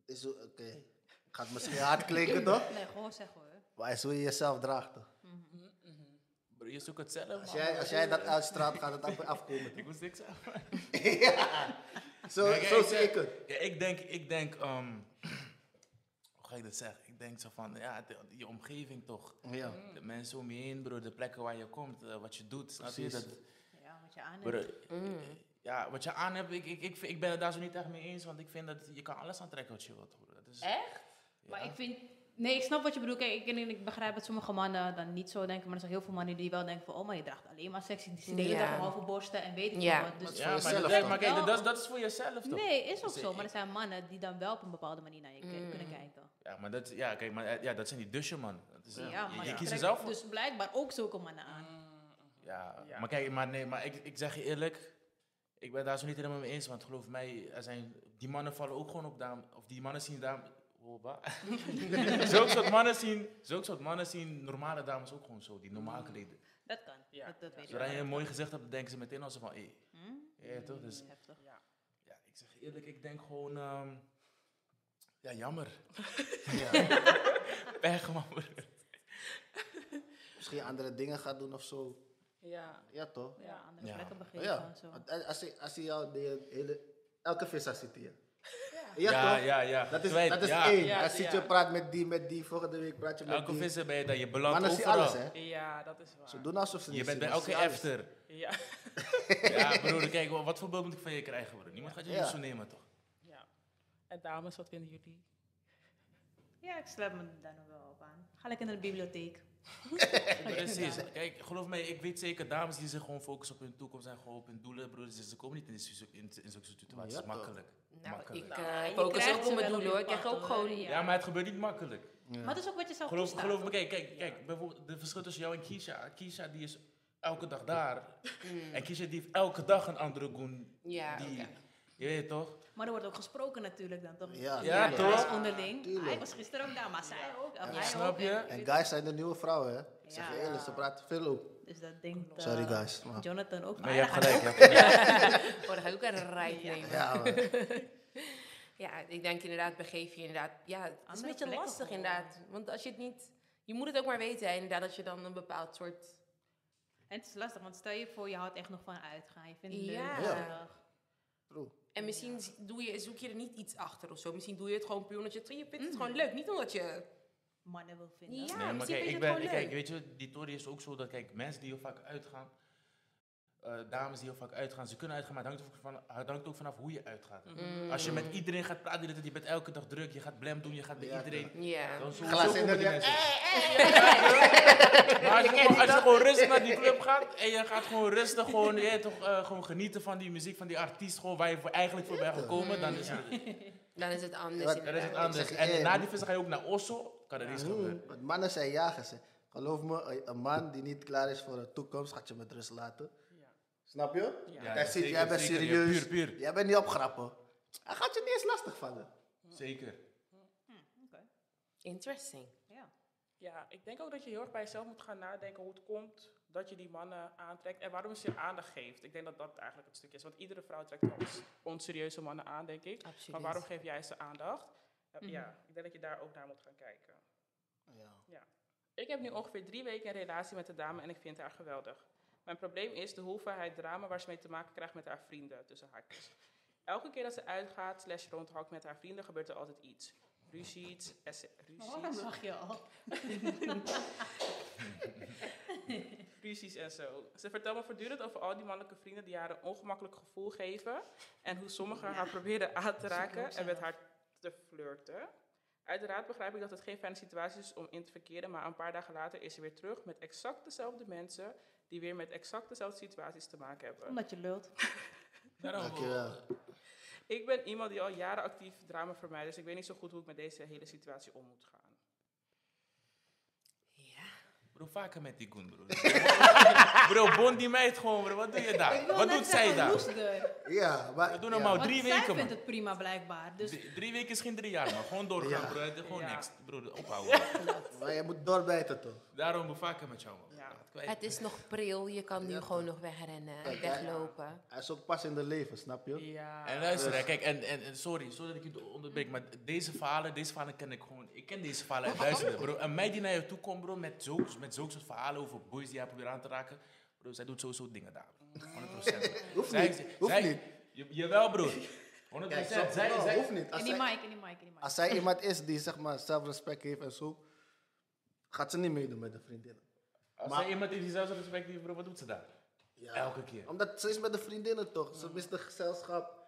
C: is hoe- oké. Gaat misschien hard klinken toch?
B: Nee, gewoon zeg hoor.
C: Maar is hoe je jezelf draagt toch?
D: Bro, je zoekt het zelf.
C: Als
D: man.
C: jij, als jij dat uitstraalt, gaat het af- afkomen.
D: Ik moest niks zeggen.
C: ja. Zo,
D: Nee, kijk,
C: zo
D: ik
C: zie
D: zeg-
C: ik het.
D: Ja, ik denk, ik denk, ehm, hoe ga ik dat zeggen? Ik denk zo van, ja, de- je omgeving toch.
C: Ja.
D: De mensen om je heen, bro, de plekken waar je komt, eh, wat je doet. Snap je?
C: Precies.
D: Dat,
B: Ja, wat je aan
D: bro,
B: hebt. Mm.
D: eh, ja, wat je aan hebt, ik, ik, ik, vind- ik ben het daar zo niet echt mee eens, want ik vind dat je kan alles aantrekken wat je wilt. Bro. Dat is,
F: Echt?
B: Maar
D: ja.
B: ik vind... Nee, ik snap wat je bedoelt. Kijk, ik, en ik begrijp dat sommige mannen dan niet zo denken. Maar er zijn heel veel mannen die wel denken van... Oh, maar je draagt alleen maar sexy. Die zitten de hele
F: Ja.
B: dag halve borsten en weet ik
F: Ja.
B: niet wat. Dus
C: is voor
D: Ja, maar,
C: jezelf
D: dat-
C: dan.
D: maar kijk, dat,
B: Wel-
D: dat, dat is voor jezelf toch?
B: nee, is ook
D: Dus
B: zo.
D: ik-
B: Maar er zijn mannen die dan wel op een bepaalde manier naar je k- kunnen
F: Mm.
B: kijken.
D: Ja, maar dat, ja, kijk, maar, eh, ja, dat zijn die duschen, man. Dat is,
B: Ja,
D: je-
B: maar ze
D: je, kiest er
B: trekken
D: zelf voor.
B: dus blijkbaar ook zulke mannen aan.
F: Mm.
D: Ah. Ja,
E: Ja.
D: maar kijk, maar nee, maar ik, ik zeg je eerlijk, ik ben daar zo niet helemaal mee eens, want geloof mij, er zijn, die mannen vallen ook gewoon op dames, of die mannen zien dames, oh, wa- zulke soort mannen zien, zulke soort mannen zien normale dames ook gewoon zo, die
B: Mm.
D: normaal kleden.
B: Dat kan.
E: Ja.
B: Dat, dat weet ik.
D: Zodra je een mooi gezicht hebt, denken ze meteen al zo van, hé,
B: Hmm?
D: ja, toch? Dus,
B: Heftig.
D: ja, ik zeg je eerlijk, ik denk gewoon, ehm, ja, jammer,
C: Ja.
D: pech man. broer.
C: Misschien andere dingen gaat doen of zo.
E: Ja.
C: Ja, toch?
B: Ja, andere
D: Ja.
B: plekken
C: Ja.
B: begeven en zo.
C: Want eh, als- Als, je, als je jou de hele... Elke vis hij ziet hier. Ja,
D: Ja,
C: toch?
D: ja, ja.
C: Dat is,
D: Kwijt,
C: dat is
D: ja.
C: één.
E: Ja,
C: hij
E: ja.
C: ziet je, praat met die, met die. Volgende week praat je met
D: Elke
C: die.
D: visser ben je dat je belandt
C: Mannen zien
D: overal.
C: alles, hè?
E: ja, dat is waar.
C: Ze doen alsof ze
D: Je
C: niet
D: bent bij
C: zien, maar ze
D: elke
C: zien alles.
D: after.
E: Ja.
D: Ja, broer, kijk, wa- wat voor beeld moet ik van je krijgen, broer? Niemand gaat je
C: Ja.
D: zo nemen, toch?
E: ja. En dames, wat vinden jullie?
B: Ja, ik sluit me daar nog wel op aan. Ga lekker naar de bibliotheek.
D: Precies. Kijk, geloof mij, ik weet zeker, dames die zich gewoon focussen op hun toekomst en gewoon op hun doelen, broer, ze ze komen niet in, die situ- in, in zulke situaties
C: Ja, toch.
D: makkelijk.
F: Nou,
D: makkelijk.
F: ik eh,
B: je
F: focus
B: krijgt
F: ook
B: ze
F: op mijn
B: wel op
F: doelen
B: je
F: hoor. Ik krijg
B: pad,
F: ook
B: hoor.
F: gewoon... eh,
B: Ja.
D: Ja. maar het gebeurt niet makkelijk.
B: Maar het is ook wat je zelf
D: Geloof,
B: toestaat.
F: nou,
D: geloof me, kijk, kijk, kijk, bijvoorbeeld de verschil tussen jou en Kisha. Kisha die is elke dag daar. En Kisha die heeft elke dag een andere goen.
F: Mm. Ja,
D: die,
F: oké.
D: Je weet toch?
B: Maar er wordt ook gesproken natuurlijk dan toch?
C: Ja,
D: Ja,
B: dat is
D: toch?
B: onderling.
C: Tuurlijk.
B: Hij was gisteren ook daar, maar zij ook. of
C: Ja.
B: hij
D: Snap
B: ook.
D: je?
B: En-
C: En guys zijn de nieuwe vrouwen, hè? Ik zeg je
B: Ja.
C: eerlijk, ze praten veel ook.
B: Dus dat denkt eh,
C: Sorry, guys. Maar-
B: Jonathan ook.
D: Maar je hebt
B: hij gaat
D: gelijk,
B: ook-
D: je hebt gelijk.
F: Oh, dan ga ik ook een rijd nemen.
C: Ja, maar-
F: Ja, ik denk inderdaad, begeef je inderdaad. Ja, het is een
B: Andere
F: beetje
B: plekken
F: lastig
B: gewoon.
F: inderdaad. Want als je het niet. Je moet het ook maar weten, hè, inderdaad, dat je dan een bepaald soort.
B: En het is lastig, want stel je voor, je houdt echt nog van uitgaan. Je vindt het
F: Ja.
B: leuk.
C: Ja.
B: gezellig.
C: True.
F: En misschien z- doe je, zoek je er niet iets achter of zo. Misschien doe je het gewoon puur omdat je het. Je vindt het
B: Mm.
F: gewoon leuk. Niet omdat je.
B: Mannen wil vinden.
F: Ja,
D: nee, maar
F: misschien
D: kijk,
F: vind je
D: ik
F: het
D: ben,
F: gewoon leuk.
D: kijk, weet je, die theorie is ook zo dat kijk, mensen die heel vaak uitgaan, eh, dames die heel vaak uitgaan, ze kunnen uitgaan, maar het hangt ook, van, het hangt ook vanaf hoe je uitgaat.
F: Mm.
B: Mhm. Mm.
D: Als je met iedereen gaat praten, je bent elke dag druk, je gaat blem doen, je gaat bij
C: Ja,
D: iedereen.
F: Ja.
D: Dan zo,
C: Glas
D: zo
C: in
D: komen
C: de
D: die
C: lucht.
D: mensen. Maar als je, gewoon- als je gewoon rustig naar die club gaat en je gaat gewoon rustig gewoon, je, weet toch, eh, gewoon genieten van die muziek, van die artiest gewoon, waar je voor, eigenlijk voor bent gekomen, dan is het,
F: Dan is het anders.
C: Wat-
D: dan is het
F: inderdaad.
D: anders.
C: Ik zeg je
D: En na
C: eerlijk.
D: die vissen ga je ook naar Osso, kan er niets gebeuren.
C: Mm, Want mannen zijn jagers. hè. Geloof me, een- een man die niet klaar is voor de toekomst, gaat je met rust laten. Snap je?
D: Ja,
C: Hij ziet,
D: zeker,
C: jij bent
D: zeker. Ja,
C: serieus.
D: puur, puur.
C: Jij bent niet op grappen. Hij gaat je niet eens lastig vallen.
D: Zeker.
B: Oké.
F: Interesting.
B: Ja.
E: Ja, ik denk ook dat je heel erg bij jezelf moet gaan nadenken hoe het komt dat je die mannen aantrekt en waarom ze je aandacht geeft. Ik denk dat dat eigenlijk het stukje is. Want iedere vrouw trekt wel ons, onserieuze mannen aan, denk ik. Maar
F: Absoluut.
E: waarom geef jij ze aandacht? Ja, Ja, ik denk dat je daar ook naar moet gaan kijken. Ik heb nu ongeveer drie weken een relatie met de dame en ik vind haar geweldig. Mijn probleem is de hoeveelheid drama waar ze mee te maken krijgt met haar vrienden, tussen haakjes. Elke keer dat ze uitgaat slash rondhakt met haar vrienden gebeurt er altijd iets. Ruzies, esse-
B: Waarom
E: ruzies,
B: lach je al?
E: ruzies en zo. Ze vertelt me voortdurend over al die mannelijke vrienden die haar een ongemakkelijk gevoel geven. En hoe sommigen haar proberen aan te raken en met haar te flirten. Uiteraard begrijp ik dat het geen fijne situatie is om in te verkeren, maar een paar dagen later is ze weer terug met exact dezelfde mensen die weer met exact dezelfde situaties te maken hebben.
B: Omdat je lult.
D: Daarom,
C: Dankjewel.
E: Ik ben iemand die al jaren actief drama vermijdt, dus ik weet niet zo goed hoe ik met deze hele situatie om moet gaan.
F: Ja.
D: Bro, vaker met die goen, bro. bro, bro, bond die meid gewoon, bro. Wat doe je daar?
B: Ik wil
D: Wat
B: net
D: doet zij
B: zeggen,
D: daar?
B: loes er.
C: Ja, maar...
D: We doen
C: ja.
D: normaal
B: Want
D: drie
B: zij
D: weken,
B: vindt
D: man.
B: het prima blijkbaar. Dus
D: Drie, drie weken is geen drie jaar, man. Gewoon doorgaan,
C: Ja.
D: bro. Het is Gewoon
E: Ja.
D: niks, broer. Ophouden.
C: Maar je moet doorbijten toch?
D: Daarom bevaken met jou, man.
E: Ja.
D: Het kwijt.
F: Het is nog pril, je kan nu
C: Ja.
F: gewoon nog wegrennen,
C: Kijk,
F: weglopen.
C: Hij is ook pas in de leven, snap je?
E: Ja.
D: En luister,
C: Dus-
D: hè, kijk, en, en, en sorry, sorry dat ik je onderbreek, maar deze verhalen, deze verhalen ken ik gewoon. Ik ken deze verhalen uit duizenden, bro. Een meid die naar je toe komt, bro, met zulke met zulke soort verhalen over boys die haar proberen aan te raken, bro, zij doet sowieso dingen daar, bro. 100%.
C: Hoeft
D: Zij-
C: niet, hoeft
D: zij-
C: niet.
D: Je- jawel, bro. 100%.
C: Kijk,
D: zij,
C: zo-
D: zij,
C: nou,
D: zij-
C: hoeft niet. Als
B: in die
C: zij,
B: mic, in die mic, in die mic.
C: als zij iemand is die zeg maar zelfrespect heeft en zo, gaat ze niet meedoen met de vriendinnen.
D: als
C: Maar-
D: zij iemand is die zelfs respect heeft, bro, wat doet ze daar?
C: Ja.
D: Elke keer.
C: Omdat ze is met de vriendinnen toch? Ze mist de gezelschap.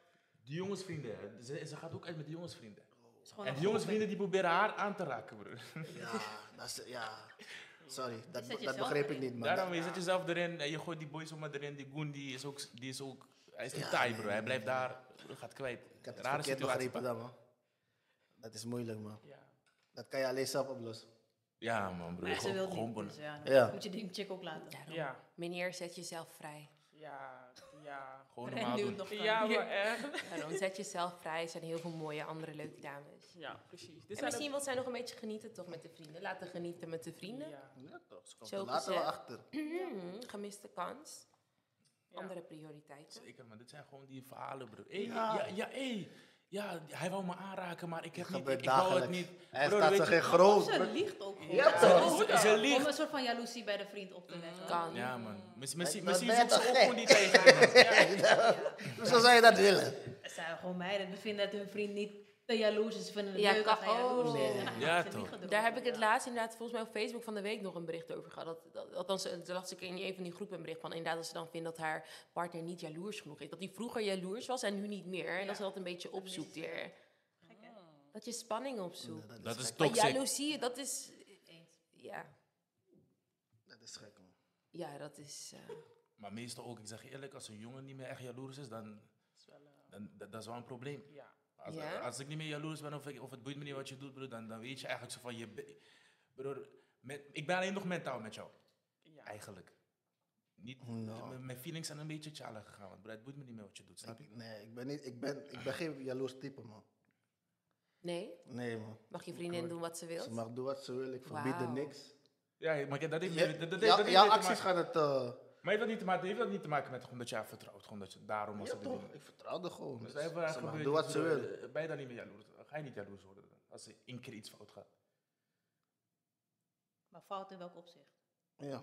D: Die jongensvrienden, hè, ze, ze gaat ook uit met die jongensvrienden.
B: Het is gewoon
D: En
B: een
D: die jongensvrienden die proberen haar aan te raken, bro.
C: Ja, dat is, ja. Sorry, dat,
B: zet
C: be- dat
B: jezelf
C: begreep ik
B: erin.
C: niet, man.
D: Daarom, je zet jezelf erin en je gooit die boys zomaar erin. Die Goen, die is ook, die is ook hij is niet taai, bro. Hij blijft daar, bro, gaat kwijt.
C: ik heb het verkeerd begrepen dan, man. Dat is moeilijk, man.
E: Ja.
C: Dat kan je alleen zelf oplossen.
D: Ja, man, bro.
B: Maar ze
D: gewoon-
B: wil
D: gewoon
B: niet.
D: bon-
B: Dus ja,
C: Ja.
B: moet je die chick ook laten.
F: Daarom.
E: Ja.
F: Meneer, zet jezelf vrij.
E: Ja. Ja.
D: Gewoon normaal
B: Renduw
D: doen.
B: toch dan.
E: Ja, maar echt.
F: Daarom, Nou, zet jezelf vrij. Er zijn heel veel mooie andere leuke dames.
E: Ja, precies. Dit
F: En misschien wil zij nog een beetje genieten toch met de vrienden. Laten genieten met de vrienden.
E: Ja.
C: Ja, toch. Ze komt
F: Zo
C: er later wel
F: gezegd.
C: achter.
F: Mhm, gemiste kans.
E: Ja.
F: Andere prioriteiten.
D: Zeker, man. Dit zijn gewoon die verhalen, bro. Hey, ja, ja, hey. Ja, hij wou me aanraken, maar ik heb niet, ik,
C: gebeurt
D: ik wou het
C: dagelijks.
D: niet.
C: Hij
D: Bro,
C: staat
D: weet
C: ze
D: je-
C: geen groot.
B: Ze liegt ook gewoon.
E: Ja,
D: Ze-
E: toch?
D: ze- Ze
B: Om
D: liegt.
B: een soort van jaloezie bij de vriend op te wekken.
F: Kan.
D: Ja, man. Misschien- Misschien
C: Maar- maar
D: misschien
C: ben je
D: zoekt
C: toch
D: ze ook
C: gek?
D: gewoon die tegen.
C: Zo zou je dat willen.
B: Het zijn gewoon meiden. Die vinden dat hun vriend niet te jaloers is. Ze vinden het
F: Ja,
B: leuk als hij
F: kan-
B: jaloers
F: oh.
B: is. En dan
D: Ja,
B: gaan ze
D: toch.
B: liegen erover.
F: Daar heb ik het
B: Ja.
F: laatst inderdaad volgens mij op Facebook van de week nog een bericht over gehad. Dat, dat, althans, eh, toen las ik in een van die groepen een bericht van. Inderdaad, dat ze dan vindt dat haar partner niet jaloers genoeg is. Dat hij vroeger jaloers was en nu niet meer. En
B: Ja.
F: dat ze dat een beetje opzoekt weer.
B: Gek, hè?
F: Dat je spanning opzoekt.
D: Dat is
C: gek.
F: Maar
D: toxic.
F: jaloezie, dat is...
B: Eens.
F: Ja,
C: Dat is gek, man.
F: ja dat is... eh,
D: Maar meestal ook, ik zeg je eerlijk, als een jongen niet meer echt jaloers is, dan,
E: is wel, eh,
D: dan dat, dat is wel een probleem.
E: ja.
D: Als,
F: Ja?
D: als ik niet meer jaloers ben of, ik- of het boeit me niet wat je doet, broer, dan, dan weet je eigenlijk zo van je. be- Broer, met, ik ben alleen nog mentaal met jou,
E: Ja.
D: eigenlijk. Niet,
C: Nou.
D: m- Mijn feelings zijn een beetje tjalen gegaan, want broer, het boeit me niet meer wat je doet, snap je?
C: Ik- Nee, ik ben, niet, ik, ben, ik ben geen jaloers type, man.
F: nee?
C: Nee, man.
F: Mag je vriendin doen wat ze wil?
C: Oh. Ze mag doen wat ze wil, ik verbied er
F: Wauw.
C: niks.
D: Ja, maar kijk, dat heeft
C: Je-
D: dat- dat- dat-
C: jou-
D: dat heeft
C: jouw
D: niet te
C: acties
D: maken-
C: gaan het... eh,
D: Maar heeft dat niet te maken- heeft dat niet te maken met gewoon dat je haar vertrouwt, gewoon dat je daarom was
C: ja,
D: ze dit
C: toch?
D: doen.
C: Ik vertrouw er gewoon.
D: Dus
C: Dus
D: dat heeft
C: ze
D: eigenlijk
C: mag
D: gebeurd,
C: doen wat ze
D: broer,
C: wil.
D: eh, Ben je dan niet meer jaloers? Ga je niet jaloers worden als er één keer iets fout gaat?
B: Maar fout in welk opzicht?
C: Ja.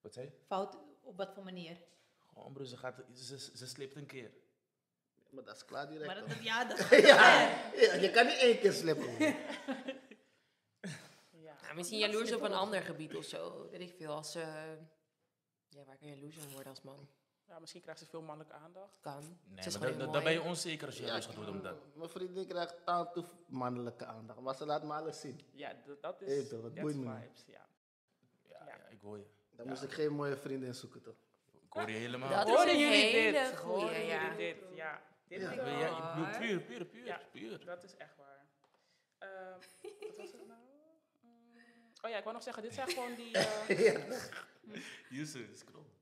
D: Wat zei je?
B: Fout op wat voor manier?
D: Gewoon, broer, ze, gaat, ze, ze, ze slipt een keer.
C: Maar dat is klaar direct.
B: Maar dat,
C: hoor.
B: dat- ja, dat
C: ja, ja, je kan niet één keer slippen. man.
E: Ja.
F: Nou, misschien jaloers op een ander gebied of zo. Weet ik veel. Als, eh, ja, waar kan je jaloers aan worden als man?
E: Ja, misschien krijgt ze veel mannelijke aandacht.
F: Kan.
D: Nee,
F: Ze
D: maar
F: is gewoon
D: dan,
F: heel
D: dan- dan ben je
F: mooi.
D: onzeker als je
C: Ja,
D: jaloers
C: ik-
D: gaat worden om dat.
C: Mijn vriendin krijgt taal toe mannelijke aandacht. Maar ze laat me alles zien.
E: Ja, dat, dat is...
C: Hey, toch, wat
E: that's
C: boeit me.
E: vibes, ja.
D: Ja,
E: Ja.
D: ja, ik hoor je.
C: Dan moest ik geen mooie vriendin zoeken, toch?
D: Ik hoor je helemaal.
F: Dat is
E: Hoorden
F: een
E: jullie
F: hele
E: dit?
F: goeie,
E: Hoorden
F: ja.
E: jullie dit? Ja. Dit
C: Ja.
E: vind ik
D: Ja,
E: wel-
D: ja, ik bedoel, puur, puur, puur,
E: Ja.
D: puur.
E: Dat is echt waar. Ehm, wat was het nou? Mm, Oh ja, ik wou nog zeggen, dit zijn gewoon die... eh,
D: Yusuf, is klopt.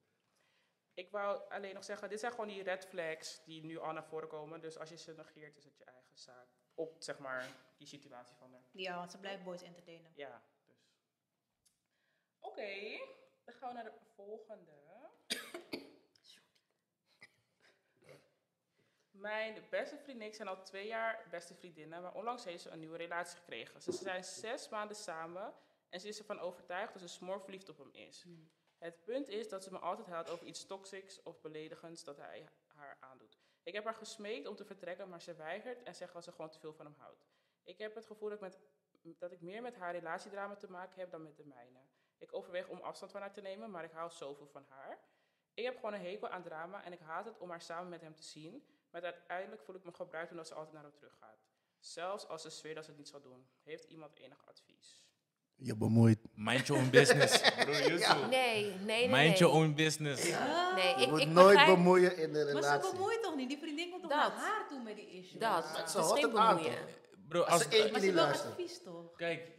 E: Ik wou alleen nog zeggen, dit zijn gewoon die red flags die nu al naar voren komen. Dus als je ze negeert, is het je eigen zaak. Op, zeg maar, die situatie van haar.
B: Ja, want ze blijft boys entertainen.
E: Ja, dus. Oké, dan gaan we naar de volgende. Mijn beste vriendin en ik zijn al twee jaar beste vriendinnen, maar onlangs heeft ze een nieuwe relatie gekregen. Ze zijn zes maanden samen en ze is ervan overtuigd dat ze smoorverliefd op hem is. Het punt is dat ze me altijd haalt over iets toxics of beledigends dat hij haar aandoet. Ik heb haar gesmeekt om te vertrekken, maar ze weigert en zegt dat ze gewoon te veel van hem houdt. Ik heb het gevoel dat ik met dat ik meer met haar relatiedrama te maken heb dan met de mijne. Ik overweeg om afstand van haar te nemen, maar ik hou zoveel van haar. Ik heb gewoon een hekel aan drama en ik haat het om haar samen met hem te zien. Maar uiteindelijk voel ik me gebruikt omdat ze altijd naar hem teruggaat. Zelfs als ze zweert dat ze het niet zal doen. Heeft iemand enig advies?
C: Je bemoeit.
D: Mind your own business. Broer, Yusuf.
F: Nee, nee, nee.
D: Mind
F: nee.
D: your own business.
F: Nee,
C: Je
F: ik,
C: moet
F: ik
C: nooit
F: begrijp
C: bemoeien in de
B: Ah, Maar ze
C: relatie.
B: bemoeit toch niet? Die vriendin komt toch
F: Dat.
B: naar haar toe met die issues?
F: dat.
C: Maar
F: Dat
C: ze
F: is
C: hoort
F: geen
C: het aan,
F: bemoeien.
D: Bro,
C: Als
D: als,
C: ze één
B: Maar
C: keer
B: ze
C: niet
B: wil
C: luisteren.
B: advies toch?
D: kijk,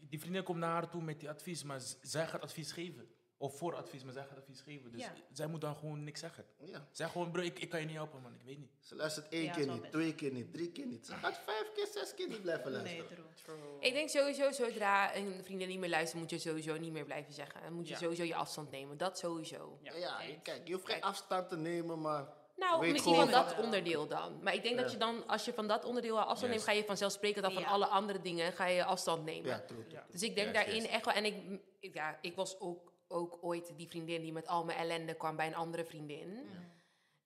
D: die vriendin komt naar haar toe met die advies, maar z- zij gaat advies geven. Of voor advies, maar zij gaat advies geven. Dus
B: Ja.
D: zij moet dan gewoon niks zeggen.
C: Ja.
D: Zeg gewoon, bro, ik, ik kan je niet helpen, man. Ik weet niet.
C: Ze luistert één
B: Ja,
C: keer
B: zo
C: niet,
B: best.
C: twee keer niet, drie keer niet. Ze gaat vijf keer, zes keer niet blijven luisteren.
B: Nee, true.
F: Ik denk sowieso, zodra een vriendin niet meer luistert, moet je sowieso niet meer blijven zeggen. Dan moet je
E: Ja.
F: sowieso je afstand nemen. Dat sowieso.
E: Ja,
C: ja,
E: eens.
C: kijk, je hoeft geen afstand te nemen, maar
F: Nou,
C: Weet
F: misschien van
C: gewoon-
F: dat onderdeel dan. Maar ik denk dat
C: Ja.
F: je dan, als je van dat onderdeel al afstand neemt,
D: Juist.
F: ga je vanzelfsprekend dan van
B: Ja.
F: alle andere dingen ga je afstand nemen.
C: ja, true. true.
E: Ja.
F: Dus ik
D: Juist,
F: denk daarin
D: juist.
F: echt wel. En ik, ik- ja, ik was ook, ook ooit die vriendin die met al mijn ellende kwam bij een andere vriendin.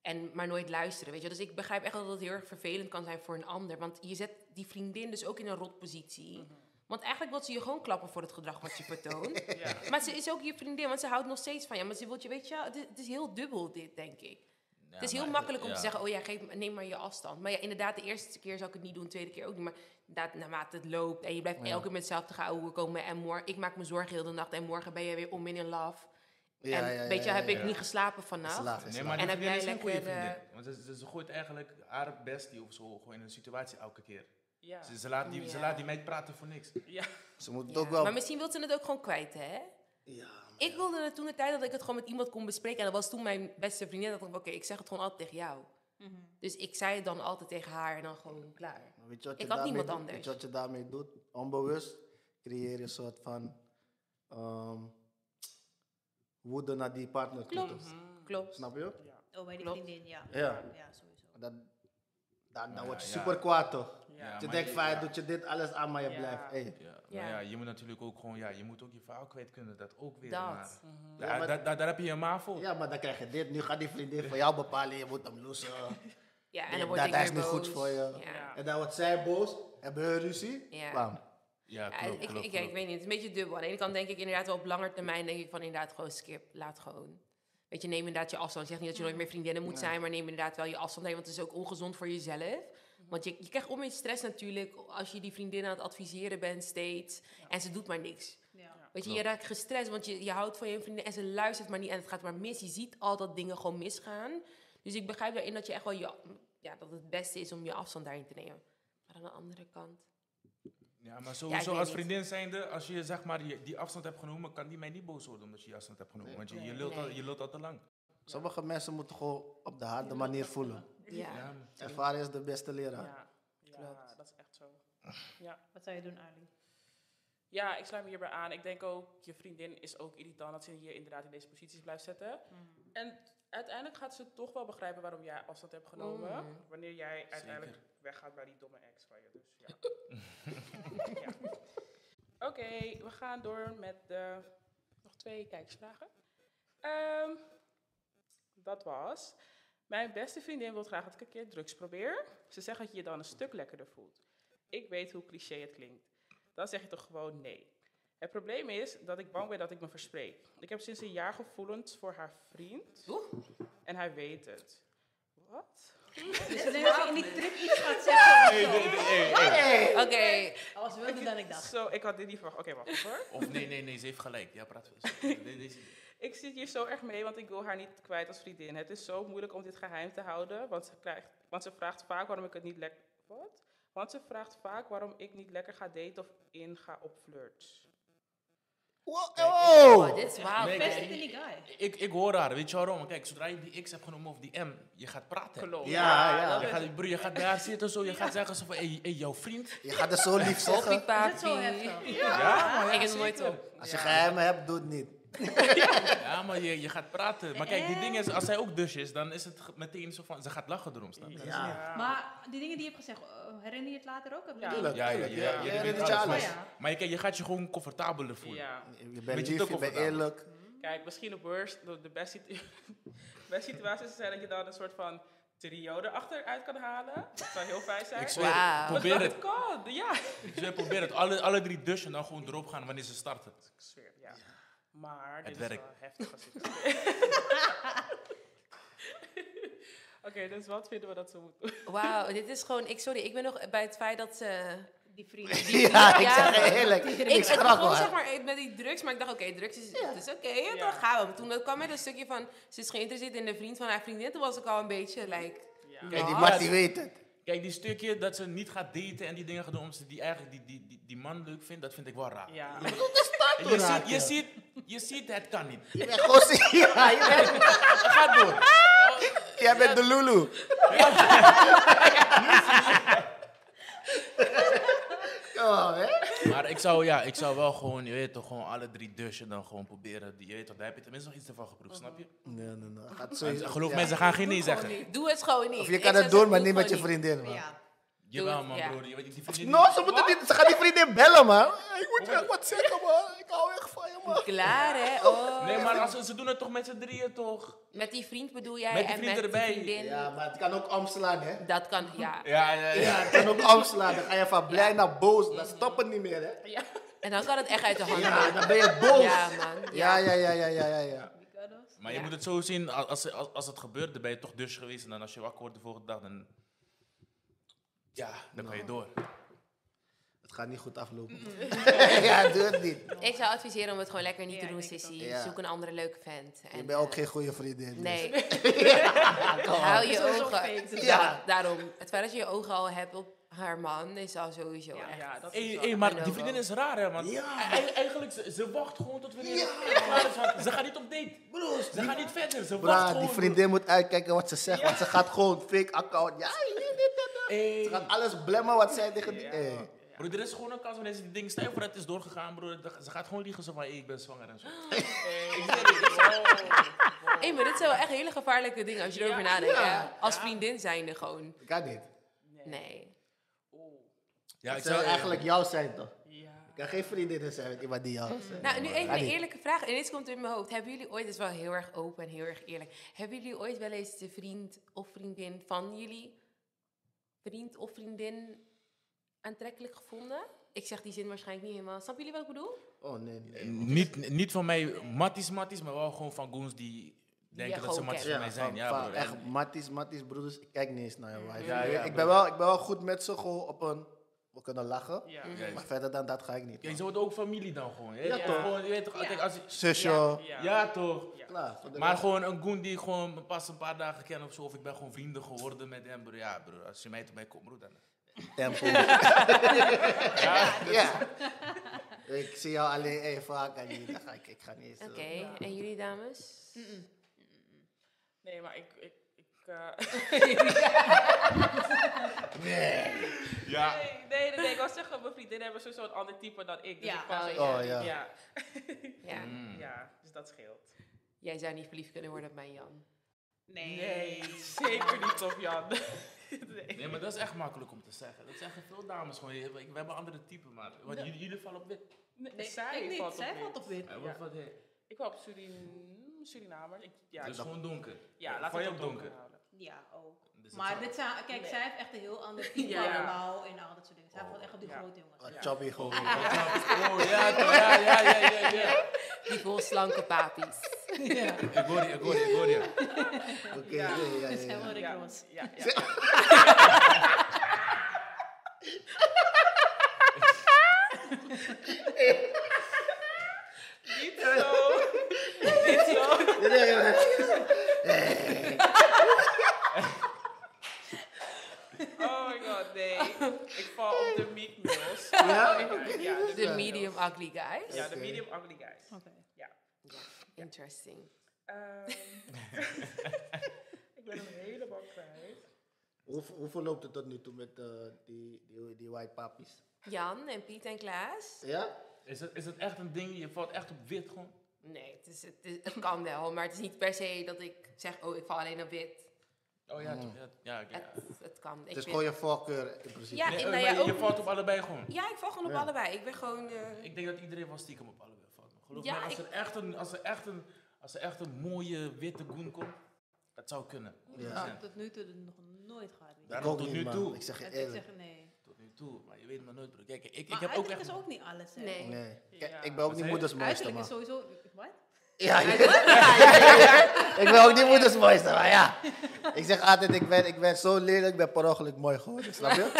F: En maar nooit luisteren, weet je. Dus ik begrijp echt wel dat het heel erg vervelend kan zijn voor een ander. Want je zet die vriendin dus ook in een rotpositie.
C: Mhm.
F: Want eigenlijk wil ze je gewoon klappen voor het gedrag wat je vertoont.
E: Ja.
F: maar ze is ook je vriendin, want ze houdt nog steeds van je. Maar ze wil je, weet je, wel, het, is- het is heel dubbel dit, denk ik.
D: Ja,
F: het is heel
D: maar-
F: makkelijk om
D: ja.
F: te zeggen, oh ja, geef, neem maar je afstand. Maar ja, inderdaad, de eerste keer zou ik het niet doen, de tweede keer ook niet. Maar inderdaad, naarmate het loopt en je blijft
D: Ja.
F: elke keer met hetzelfde gehouden komen. En morgen, ik maak me zorgen heel de nacht en morgen ben je weer om in een laf.
C: Ja,
F: en
C: ja, ja,
F: weet je,
C: ja,
F: heb
C: ja,
F: ik
C: ja.
F: niet geslapen vannacht.
C: Is laat, is
D: Nee,
C: laat.
D: maar die
F: En heb
D: vriendin
F: jij
D: is dus geen goede
F: lekker, eh,
D: vriendin. Want ze, ze, ze gooit eigenlijk haar bestie of zo gewoon in een situatie elke keer.
E: Ja.
D: Ze, ze, laat die, ze
F: Ja.
D: laat die meid praten voor niks.
E: Ja.
C: Ze moet het
F: Ja,
C: ook wel...
F: Maar misschien wilde ze het ook gewoon kwijt, hè?
C: ja,
F: Ik wilde het toen de tijd dat ik het gewoon met iemand kon bespreken. En dat was toen mijn beste vriendin. Dat ik dacht, oké, ik zeg het gewoon altijd tegen jou. Dus ik zei het dan altijd tegen haar en dan gewoon klaar.
C: maar weet je wat je
F: Ik had
C: daarmee
F: niemand
C: doet?
F: anders.
C: Weet je wat je daarmee doet? Onbewust creëer je een soort van ehm, woede naar die partner toe.
F: Klopt.
E: Mhm.
F: Klopt.
C: Snap je?
B: Oh, bij die
F: Klopt.
B: vriendin, ja.
C: Ja.
B: Ja, sowieso.
C: Dat, dat, dan
D: Ja,
C: word je
D: ja.
C: super kwaad toch?
E: Ja.
D: Ja.
C: je
D: maar
C: denkt
D: je-
C: van, hij
D: ja.
C: doet je dit alles aan, maar je
E: Ja.
C: blijft. Hey.
D: Ja, maar
F: Ja.
D: ja. je moet natuurlijk ook gewoon, ja, je moet ook je verhaal kwijt kunnen, dat ook weer.
F: Dat.
D: maar-
E: Mhm.
D: Daar,
C: Ja, maar-
D: daar, daar, daar heb je je ma voor.
C: Ja, maar dan krijg je dit. Nu gaat die vriendin voor jou bepalen, je moet hem loesen.
F: Ja, en
C: Nee,
F: dan word
C: dat-
F: ik
C: dat
F: weer
C: is niet goed
F: boos.
C: voor je.
F: Ja.
E: Ja.
C: En dan wordt zij boos, hebben hun ruzie.
F: Ja.
C: Bam.
D: Ja,
F: Ja,
D: klopt,
F: ik,
D: klopt,
F: ik, ja,
D: klopt.
F: ik weet niet, het is een beetje dubbel. Aan de ene kant denk ik inderdaad wel op lange termijn, denk ik van inderdaad gewoon skip, laat gewoon. Weet je, neem inderdaad je afstand. Ik zeg niet dat je nooit meer vriendinnen moet zijn, maar neem inderdaad wel je afstand. Nee, want het is ook ongezond voor jezelf. Want je, je krijgt onmiddellijk stress natuurlijk als je die vriendin aan het adviseren bent steeds. En ze doet maar niks.
B: Ja.
F: Weet je, je
D: Klopt.
F: raakt gestrest, want je, je houdt van je vriendin en ze luistert maar niet en het gaat maar mis. Je ziet al dat dingen gewoon misgaan. Dus ik begrijp daarin dat je echt wel je, ja, dat het beste is om je afstand daarin te nemen. Maar aan de andere kant.
D: Ja, maar sowieso
F: weet
D: als
F: niet.
D: vriendin zijnde, als je zeg maar je- die afstand hebt genomen, kan die mij niet boos worden omdat je die afstand hebt genomen.
C: Nee.
D: Want je, je,
F: Nee.
D: lult al,
F: Nee.
D: je lult al te lang.
C: Sommige mensen moeten gewoon op de harde manier voelen.
F: Ja.
D: Ja, man.
C: Ervaring is de beste leraar.
E: Ja. Ja, dat is echt zo.
B: Wat zou je doen, Ali?
E: Ja, ik sluit me hierbij aan. Ik denk ook, je vriendin is ook irritant dat ze je inderdaad in deze posities blijft zetten. En uiteindelijk gaat ze toch wel begrijpen waarom jij afstand hebt genomen.
F: Mm.
E: Wanneer jij uiteindelijk weggaat bij die domme ex van je. Dus ja. ja. Oké, we gaan door met de, nog twee kijkersvragen. Ehm, dat was. Mijn beste vriendin wil graag dat ik een keer drugs probeer. Ze zegt dat je je dan een stuk lekkerder voelt. Ik weet hoe cliché het klinkt. Dan zeg je toch gewoon nee. Het probleem is dat ik bang ben dat ik me verspreek. Ik heb sinds een jaar gevoelens voor haar vriend. En hij weet het. Wat?
B: Dus ik denk dat je in die trip iets gaat zeggen.
D: Hey, hey, hey, hey.
F: Oké,
B: Als wilde dan ik dacht.
E: Zo, ik had dit niet verwacht. Oké, wacht even hoor.
D: Of nee, nee, nee, ze heeft gelijk. Ja, praat weer. Nee, deze-
E: Ik zit hier zo erg mee, want ik wil haar niet kwijt als vriendin. Het is zo moeilijk om dit geheim te houden, want ze, krijgt, want ze vraagt vaak waarom ik het niet lekker... Wat? Want ze vraagt vaak waarom ik niet lekker ga daten of inga op flirts.
C: Wow,
F: Oh, dit is wauw.
D: Nee,
B: Best
D: kijk,
B: in die guy.
D: ik, ik hoor haar, weet je waarom? Kijk, zodra je die X hebt genomen of die M, je gaat praten.
E: Klopt.
C: Ja, ja.
D: Je gaat, broer, je gaat bij haar zitten zo, je gaat zeggen zo van, hey, hey, jouw vriend.
C: Je gaat het zo lief
F: Hoppie
C: zeggen.
B: Is het zo
F: papie.
B: heftig?
D: Ja, man, ja,
F: Ik heb het nooit
D: zeker.
F: op.
C: Als je geheimen hebt, doe het niet.
D: Ja, maar je, je gaat praten. Maar kijk, die ding is, als zij ook dus is, dan is het ge- meteen zo van, ze gaat lachen erom, snap je?
C: Ja,
B: Maar die dingen die je hebt gezegd, eh, herinner je het later ook? Heb je
E: Ja.
B: die-
C: tuurlijk.
D: Ja, ja, ja.
C: tuurlijk.
D: ja,
C: Je
D: je
C: herinnert
D: weet
C: je
D: alles.
C: alles.
B: Ja.
D: Maar je, kijk, je gaat je gewoon comfortabeler voelen.
E: Ja.
C: Je bent
D: Beetje
C: lief,
D: te
C: je bent
D: comfortabel.
C: eerlijk.
E: Kijk, misschien de worst, de, de best situ- best situaties zijn dat je dan een soort van trio erachter uit kan halen. Dat zou heel fijn zijn.
D: Ik zweer
F: Wauw.
D: het,
E: Want
D: probeer
E: dat
D: het.
E: kan, ja.
D: Ik zweer, probeer het. Alle, alle drie dus en dan gewoon erop gaan wanneer ze starten.
E: Ik zweer, ja. Maar dit
D: Het
E: is
D: werkt.
E: wel heftig als ik het Oké, dus wat vinden we dat ze moeten doen?
F: Wauw, dit is gewoon... Ik, sorry, ik ben nog bij het feit dat eh, ze...
B: Die vriend.
C: Ja, ik
F: Ja,
C: zeg
F: maar-
C: je eerlijk. Ik
F: Ik het
C: schrok
F: begon
C: hoor.
F: zeg maar eh, met die drugs, maar ik dacht, oké, drugs is, het is oké, ja, dan
E: Ja.
F: gaan we. Maar toen dat kwam met een stukje van, ze is geïnteresseerd in de vriend van haar vriendin, toen was ik al een beetje, like...
E: Ja.
C: Hey, die
F: wat?
C: Mattie weet het.
D: Kijk, die stukje dat ze niet gaat daten en die dingen gaat doen omdat ze die, eigenlijk die, die, die, die man leuk vindt, dat vind ik wel raar.
E: Ja.
D: En Je, ziet, je, ziet, je ziet, het kan niet.
C: Je bent gossie. Ja, je bent-
D: Ga door.
C: Jij bent de Lulu. Ja, hè?
D: Maar ik zou, ja, ik zou wel gewoon, je weet toch, gewoon alle drie duschen dan gewoon proberen. Die- Je weet toch, daar heb je tenminste nog iets ervan geproefd, snap je?
C: Nee, nee, nee. Gaat
D: En
C: sowieso-
D: geloof
C: ja.
D: mij, ze gaan geen nee zeggen.
F: Doe het gewoon niet.
C: Of je
F: Ik
C: kan
F: zou
C: het doen,
F: zeggen,
C: maar
F: doe
C: niet met je
F: gewoon
C: vriendin, man.
B: Ja.
D: Jawel, man,
F: ja.
D: broer. Je, weet- die vriendin-
C: No, ze, moeten niet, ze gaan die vriendin bellen, man. Ik moet je echt wat zeggen, man. Ik hou echt van je, man.
F: Klaar, hè? Oh.
D: Nee, maar als, ze- ze doen het toch met z'n drieën, toch?
F: Met die vriend bedoel jij?
D: Met die
F: en
D: vriend
F: met
D: erbij.
F: Die vriendin.
C: Ja, maar het kan ook omslaan, hè.
F: Dat kan, ja.
D: Ja, ja,
C: Ja, het kan ook omslaan. Dan ga je van blij naar boos. Dan stopt het niet meer, hè.
F: En dan kan het echt uit de hand
C: Ja,
F: gaan.
C: dan ben je boos.
F: Ja, man.
C: Ja, ja, ja, ja, ja, ja. ja.
D: Maar je moet het zo zien, als, als, als, als het gebeurt, dan ben je toch dus geweest. En dan als je wakker wordt de volgende dag, dan... Ja, dan kan je door.
C: Het gaat niet goed aflopen.
F: Mm.
C: ja, doe het niet.
F: Ik zou adviseren om het gewoon lekker niet
B: Ja,
F: te
B: ik
F: doen,
B: denk het
F: Sissy.
C: ook. Ja.
F: Zoek een andere leuke vent.
C: Je
F: En,
C: bent ook
F: eh,
C: geen goede vriendin. dus.
F: Nee. Hou je
B: Sowieso
F: ogen.
B: fake, dus
C: Ja.
F: Daarom, het feit dat je je ogen al hebt op haar man, is al sowieso
E: Ja,
F: echt...
E: ja, dat
D: Hé,
E: is wel-
D: hé,
F: I
D: maar
F: know
D: die vriendin
F: wel.
D: is raar, hè, man.
C: Ja.
D: E- e- Eigenlijk, ze, ze wacht gewoon tot wanneer
C: Ja.
D: het klaar is. want Ze gaat niet op date.
C: Broers,
D: Ze gaat niet verder, ze wacht
C: Bra,
D: gewoon.
C: die vriendin moet uitkijken wat ze zegt, want ze gaat gewoon fake account. Ja, je weet het.
D: broer. Hé.
C: ze gaat alles blemmen wat zij tegen die.
E: Ja.
C: Hey.
D: Broer, er is gewoon een kans wanneer ze die ding stijf voor het is doorgegaan, broer. dat- Ze gaat gewoon liegen zo van, hé, ik ben zwanger en zo.
F: Hé, maar dit zijn wel echt hele gevaarlijke dingen als je erover nadenkt. hè. Als vriendin zijnde gewoon.
C: Kan niet.
F: Nee.
D: Ja,
C: Het zou eigenlijk jou zijn toch?
E: Ja.
C: Ik kan geen vriendinnen zijn met iemand die jou is.
F: Nou, nu even
C: Kan
F: een
C: niet.
F: eerlijke vraag. En dit komt in mijn hoofd. Hebben jullie ooit, het is wel heel erg open en heel erg eerlijk. Hebben jullie ooit wel eens de vriend of vriendin van jullie... vriend of vriendin aantrekkelijk gevonden? Ik zeg die zin waarschijnlijk niet helemaal. Snappen jullie wat ik bedoel?
C: Oh nee, nee.
D: Niet, niet van mij matties, matties, maar wel gewoon van goons die denken dat ze
F: gewoon
D: matties
F: kent.
D: van mij zijn.
C: van-
D: Ja,
C: van
D: broer.
C: echt, Matties, Matties, broeders, ik kijk niet eens naar je wife.
D: Ja,
C: Ik-
D: ja,
C: ik, ben
D: broer.
C: wel, ik ben wel goed met ze, gewoon op een... We kunnen lachen,
E: Ja.
D: Ja,
C: maar verder dan dat ga ik niet.
D: Ja, je
C: man.
D: wordt ook familie dan gewoon. hè?
C: Ja,
D: Ja,
C: toch.
D: Gewoon, je weet toch, kijk, als,
C: Zusje,
F: Ja.
E: Ja.
D: ja, toch.
C: klaar. voor de
D: Maar
C: rest.
D: gewoon een goon die ik gewoon pas een paar dagen ken of zo. Of ik ben gewoon vrienden geworden met hem, broer. Ja, broer, als je mij tot mij komt, broer, dan...
C: tempo. ja. Ik zie jou alleen even vaak en niet, dan ga ik, ik ga niet eens... eh,
F: Oké, en jullie dames?
E: Nee, maar ik... ik, ik eh,
D: Ja.
E: nee, nee, nee, nee, ik was zeggen, mijn vriendinnen hebben sowieso een ander type dan ik. Dus
B: Ja.
E: ik kan
F: Oh,
E: zo-
C: ja.
E: ja.
C: Ja.
E: Ja.
F: Ja.
D: Mm.
E: dus dat scheelt.
F: Jij zou niet verliefd kunnen worden op mijn Jan.
B: Nee.
E: Nee, zeker niet op Jan. nee.
D: Nee, maar dat is echt makkelijk om te zeggen. Dat zeggen veel dames gewoon. je- We hebben andere typen, maar... Want jullie, jullie vallen op wit.
E: Nee,
B: Nee,
E: zij
B: ik niet.
E: valt op
B: Zij
E: wit.
B: valt op wit.
D: Eh, wat- wat- hey.
E: Ik wou op Surin- Surinamer. Ik, ja,
D: Het
E: ik
D: is
E: dacht-
D: gewoon donker.
E: ja, laat
D: Dus Val
E: het
D: je
E: op donker houden.
B: Ja, ook.
D: Dus het
B: Maar
D: zou-
B: dit zijn, kijk, zij heeft echt een heel ander type
E: Ja.
B: allemaal en al dat soort dingen. Zij valt echt op die
E: Ja.
B: grote jongens.
C: wat chubby gewoon.
D: Oh, ja, toch, ja, ja, ja, ja, ja.
F: Die vol slanke papies.
D: Ik hoor je, ik hoor je, ik hoor je.
C: Oké, ja, ja,
B: Dus
C: ja.
B: helemaal Rick
E: Ja,
B: Ross.
E: ja, ja. Niet zo. Niet zo.
C: Ja, ja, ja.
E: Oh my god, nee. Ik val op de meat meals.
C: Ja?
E: Ja, de meat
F: De
E: meals.
F: medium ugly guys.
E: Ja,
C: Oké.
E: de medium ugly guys.
B: Oké.
F: Interesting.
E: Ehm, ik ben hem helemaal kwijt.
C: Hoe, hoe verloopt het tot nu toe met eh, die, die, die white papies?
F: Jan en Piet en Klaas?
C: Ja?
D: Is het, is het echt een ding? Je valt echt op wit gewoon?
F: Nee, het, is, het, is- het kan wel, maar het is niet per se dat ik zeg, oh, ik val alleen op wit.
D: Oh ja, toch, ja. Ja, oké, ja.
F: Het, het kan. Ik
C: Het is
F: ben-
C: gewoon Dus je voorkeur in principe.
F: Ja,
D: Nee,
F: ik,
D: eh,
F: nou
D: maar
F: ja,
D: je- je
F: ook-
D: valt op allebei gewoon.
F: ja, ik val gewoon op
C: Ja.
F: allebei. Ik ben gewoon... eh,
D: Ik denk dat iedereen wel stiekem op allebei valt. man. Geloof
F: Ja,
D: me, als
F: ik-
D: er, echt een, als, er echt een, als er echt een mooie witte goen komt, dat zou kunnen.
B: Ik heb
D: 100%.
B: tot nu toe het nog nooit gehad.
D: Daarom
C: ook
D: tot
C: niet,
D: nu
C: man.
D: toe.
C: Ik zeg je
B: Ik
C: eerlijk.
B: zeg nee.
D: Tot nu toe, maar je weet maar nooit. Bro. Kijk, ik, ik
B: Maar
D: heb ook
B: uiterlijk
D: echt...
B: is ook niet alles. Hè?
F: Nee.
C: Nee. Kijk,
E: Ja.
C: ik ben ook niet
D: Wat zei je?
C: moeders mooiste,
B: Uiterlijk
C: man.
B: is sowieso. Wat?
C: Ja, ja. ik ben ook niet moeders mooiste, maar ja. Ik zeg altijd, ik ben, ik ben zo lelijk, ik ben per ongeluk mooi geworden, snap je?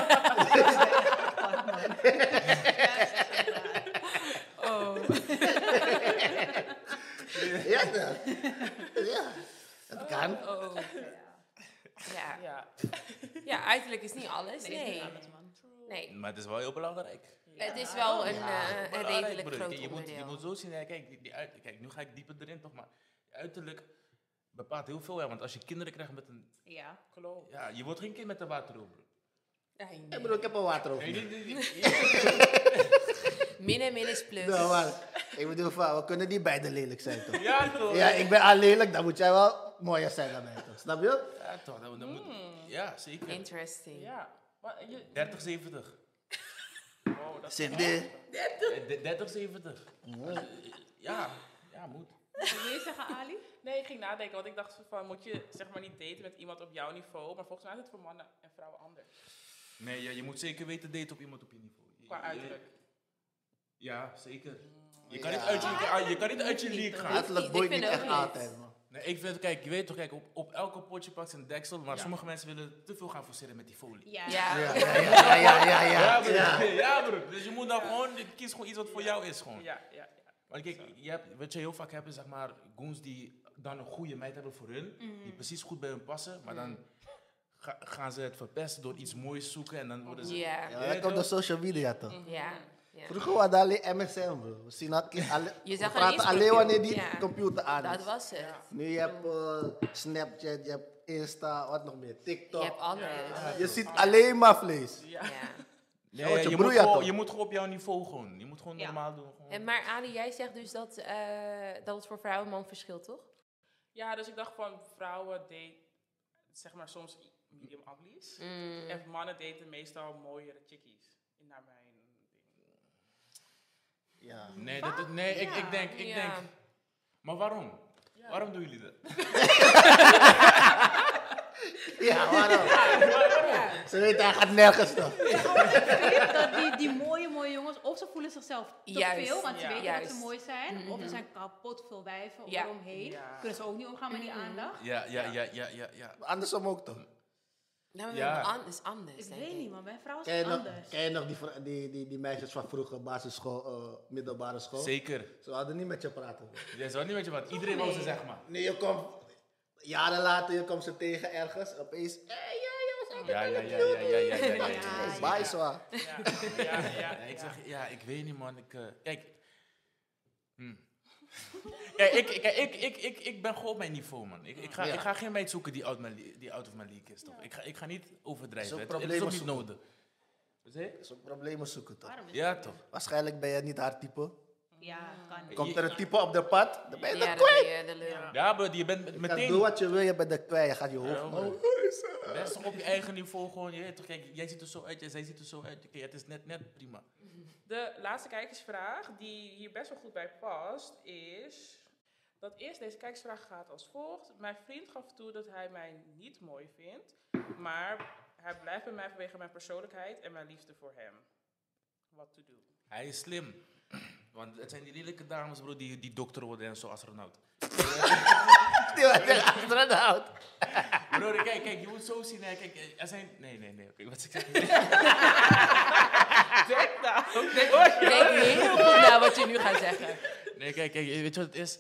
F: Oh.
C: Ja, ja. Het kan.
F: oh. Ja.
E: Ja.
F: ja, uiterlijk is niet alles.
B: Nee, is
F: Nee.
B: niet alles, man.
F: nee.
D: Maar het is wel heel belangrijk.
F: Het is wel een,
C: Ja.
F: eh, een
D: Belangrijk,
F: redelijk
D: broer.
F: groot
D: je moet, je
F: onderdeel.
D: moet zo zien, hè, kijk, die, die uit- kijk, nu ga ik dieper erin toch, maar uiterlijk bepaalt heel veel. Ja, want als je kinderen krijgt met een...
B: Ja.
E: Klopt.
D: Ja, je wordt geen kind met een waterroep. broer.
C: Ik bedoel, ik heb een water over.
D: Nee, die-
C: me.
D: die- die-
F: Min en min is plus.
C: Nou, maar, ik bedoel, van, we kunnen niet beide lelijk zijn, toch?
D: ja, toch?
C: Ja, ik ben al lelijk, dan moet jij wel mooier zijn dan mij, toch? Snap je?
D: Ja, toch, dan, dan moet... Ja, zeker.
F: Interesting.
E: Ja. Maar je...
D: 30, 70.
E: Wow, dat
C: Cindy.
D: Eh, de- 30, 70. Ja, ja, moet.
B: Wil je zeggen, Ali?
E: Nee, ik ging nadenken, want ik dacht van, moet je zeg maar niet daten met iemand op jouw niveau? Maar volgens mij is het voor mannen en vrouwen anders.
D: Nee, ja, je moet zeker weten daten op iemand op je niveau. Je-
E: Qua
D: je-
E: uiterlijk.
D: Ja, zeker. Je kan,
C: Ja.
D: niet uit je, je kan niet uit je league gaan.
C: Uiterlijk
F: Ik
C: boeit
F: vind
C: niet
F: het
C: echt
F: ook niet.
C: altijd, man.
D: Nee, ik vind, kijk, je weet toch, kijk, op, op elke potje pakt ze een deksel, maar
E: Ja.
D: sommige mensen willen te veel gaan forceren met die folie.
B: Ja.
F: Ja.
C: Ja, ja, ja, ja, ja, ja.
D: broer.
C: ja.
D: Ja, broer. Dus je moet dan gewoon, kies gewoon iets wat voor jou is gewoon.
E: Ja, ja, ja.
D: Want kijk, je hebt, wat je heel vaak hebt, is zeg maar goons die dan een goede meid hebben voor hun,
E: Mhm.
D: die precies goed bij hun passen, maar dan ga- gaan ze het verpesten door iets moois zoeken en dan worden ze...
F: Ja.
C: Ja, dat komt door social media, toch?
F: Ja. ja.
C: Vroeger waren dat alleen MSN, bro. We, zien dat ke- alle,
F: Je
C: we
F: zag
C: praten
F: ineens
C: alleen wanneer die
F: computer. Ja.
C: computer aan is.
F: Dat was het.
C: Nu je hebt eh, Snapchat, je hebt Insta, wat nog meer, TikTok.
F: Je hebt alles.
C: Ja, je ziet alleen maar vlees.
F: Ja.
D: Nee,
C: Ja, want je
D: je,
C: broer
D: moet
C: ja
D: gewoon,
C: toch?
D: je moet gewoon op jouw niveau gewoon. Je moet gewoon
B: Ja.
D: normaal doen. Gewoon.
F: En maar Ali, jij zegt dus dat, eh, dat het voor vrouwen en man verschilt, toch?
E: Ja, dus ik dacht van, vrouwen daten zeg maar soms i- medium uglies.
F: Mm.
E: En mannen daten meestal mooiere chickies. Naar mijn ding.
C: Ja.
D: Nee, dat, dat- nee ik, ik denk, ik
F: Ja.
D: denk. Maar waarom? Waarom doen jullie dat?
C: Ja, waarom? Ze weten, hij gaat nergens toch?
B: dat die, die mooie, mooie jongens, of ze voelen zichzelf te
F: Juist,
B: veel, want ze
E: ja.
B: weten dat
F: Juist. Mm-hmm.
B: ze mooi zijn. Of er zijn kapot veel wijven
F: Ja. Mm-hmm.
B: eromheen.
E: Ja.
B: Kunnen ze ook niet omgaan met die aandacht.
D: Ja, ja, ja, ja, ja. ja.
C: Andersom ook toch?
F: Nou, maar
D: Ja.
F: an- is anders.
B: Ik
F: denk
B: weet
F: ik.
B: niet, man. Mijn vrouw is
C: Ken je nog,
B: anders.
C: ken je nog die, vr- die, die, die meisjes van vroeger, basisschool, eh, middelbare school?
D: Zeker.
C: Ze hadden niet met je praten. bro.
D: Jij zou niet met je wat. Iedereen wil ze, zeg maar.
C: Nee, je komt jaren later, je komt ze tegen ergens, opeens, hé, hey, ja, jongens,
D: Ja, ja, ja, ja, ja, ja, ja, ja, ja.
C: hey, bye, zwa.
E: Ja, ja, ja.
D: Ja, ik zeg, ja, ik weet niet, man. Ik, eh, kijk. Hm. Kijk, ik, kijk, ik, ik, ik, ik ben gewoon op mijn niveau, man. Ik, ik, ga,
C: Ja.
D: ik ga geen meid zoeken die out, mijn, li- die out of mijn league is, toch? Ik, ga, ik ga niet overdrijven.
C: Zo'n
D: Het, het is ook
C: problemen
D: niet
C: zoeken.
D: nodig. Wat zeg je?
C: Zo'n problemen zoeken toch?
B: Waarom is
D: Ja, toch?
C: Waarschijnlijk ben je niet haar type.
B: Ja, het kan niet.
C: Komt er een type op de pad, dan ben je
F: Ja,
C: dat
F: dat
C: kwijt.
F: ben je de lul.
D: Ja, bro, je bent met-
C: Je kan doen
D: meteen...
C: wat je wil, je bent er kwijt. Je gaat je hoofd
D: Ja,
C: omhoog.
D: Best toch op je eigen niveau gewoon. Je weet toch, kijk, jij ziet er zo uit, jij, zij ziet er zo uit. Oké, het is net, net prima.
E: De laatste kijkersvraag, die hier best wel goed bij past, is dat eerst deze kijkersvraag gaat als volgt. Mijn vriend gaf toe dat hij mij niet mooi vindt, maar hij blijft bij mij vanwege mijn persoonlijkheid en mijn liefde voor hem. What to do?
D: Hij is slim. Want het zijn die lelijke dames, bro, die, die dokter worden en zo, astronaut.
C: Die was er astronaut.
D: Broer, kijk, kijk, je moet zo zien. Hè. Kijk, eh, er zijn... Nee, nee, nee. Oké, wat ik zeg.
E: Kijk nou!
F: Denk heel goed naar wat je nu gaat zeggen.
D: Nee, kijk, kijk, weet je wat het is?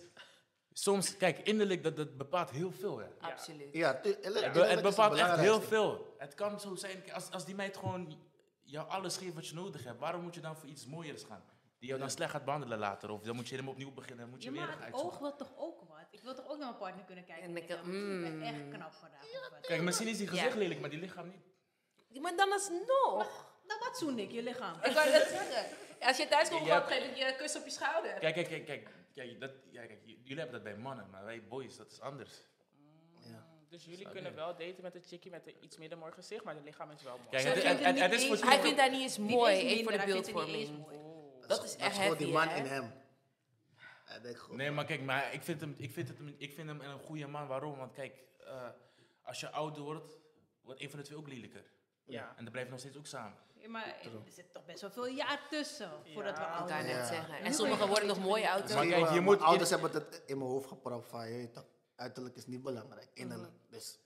D: Soms, kijk, innerlijk, dat, dat bepaalt heel veel. Hè.
F: Absoluut.
C: Ja, tu- eerlijk-
D: Het, be- het
C: eerlijk is
D: bepaalt echt heel
C: belangrijkste.
D: veel. Het kan zo zijn, kijk, als, als die meid gewoon jou alles geeft wat je nodig hebt, waarom moet je dan voor iets mooiers gaan? Die jou dan slecht gaat behandelen later, of dan moet je helemaal opnieuw beginnen, moet je
B: Ja,
D: weer
B: maar het
D: uitzoeken.
B: oog wil toch ook wat? Ik wil toch ook naar mijn partner kunnen kijken.
F: En
B: En
F: ik
B: ik
F: denk,
B: ben
F: mm.
B: echt knap vandaag. of wat.
D: Kijk, misschien is die
F: Ja.
D: gezicht lelijk, maar die lichaam niet.
F: Maar dan alsnog.
B: Nou, wat zoen ik? Je lichaam.
F: Ik kan dat zeggen. Als je thuis komt,
D: Ja.
F: dan geef ik je een kus op je schouder.
D: Kijk, kijk, kijk, kijk, kijk, dat, ja, kijk, j- jullie hebben dat bij mannen, maar wij boys, dat is anders.
E: Dus jullie kunnen wel daten met een chickie met een iets minder mooi gezicht, maar het lichaam is wel mooi.
D: Kijk,
B: Zij
D: het,
B: vindt het
D: het,
B: niet
D: het- het is
B: eens-
D: voor
F: Hij vindt dat niet eens mooi,
B: Die is
F: even voor de
B: minder, hij vindt het niet eens
F: beeldvorming.
B: mooi.
E: Oh.
F: Dat is
C: Dat
F: echt
C: is gewoon
F: heavy,
C: die man
F: hè?
C: in hem. Hij denkt gewoon,
D: Nee, maar kijk, maar ik vind hem, ik vind het, hem- ik vind hem een goede man. Waarom? Want kijk, eh, als je ouder wordt, wordt een van de twee ook lelijker.
E: Ja.
D: En dan blijven nog steeds ook samen.
B: Ja, maar er zit toch best wel veel jaar tussen voordat we
E: Ja.
F: Ik daar
B: ouder
F: net
B: worden.
F: zeggen. En sommigen worden nog mooi oud.
D: Maar
C: zie
D: kijk, je
C: mijn
D: moet-
C: ouders hebben het in mijn hoofd gepropt van, je weet toch, uiterlijk is niet belangrijk, innerlijk.
F: Mm-hmm.
C: Dus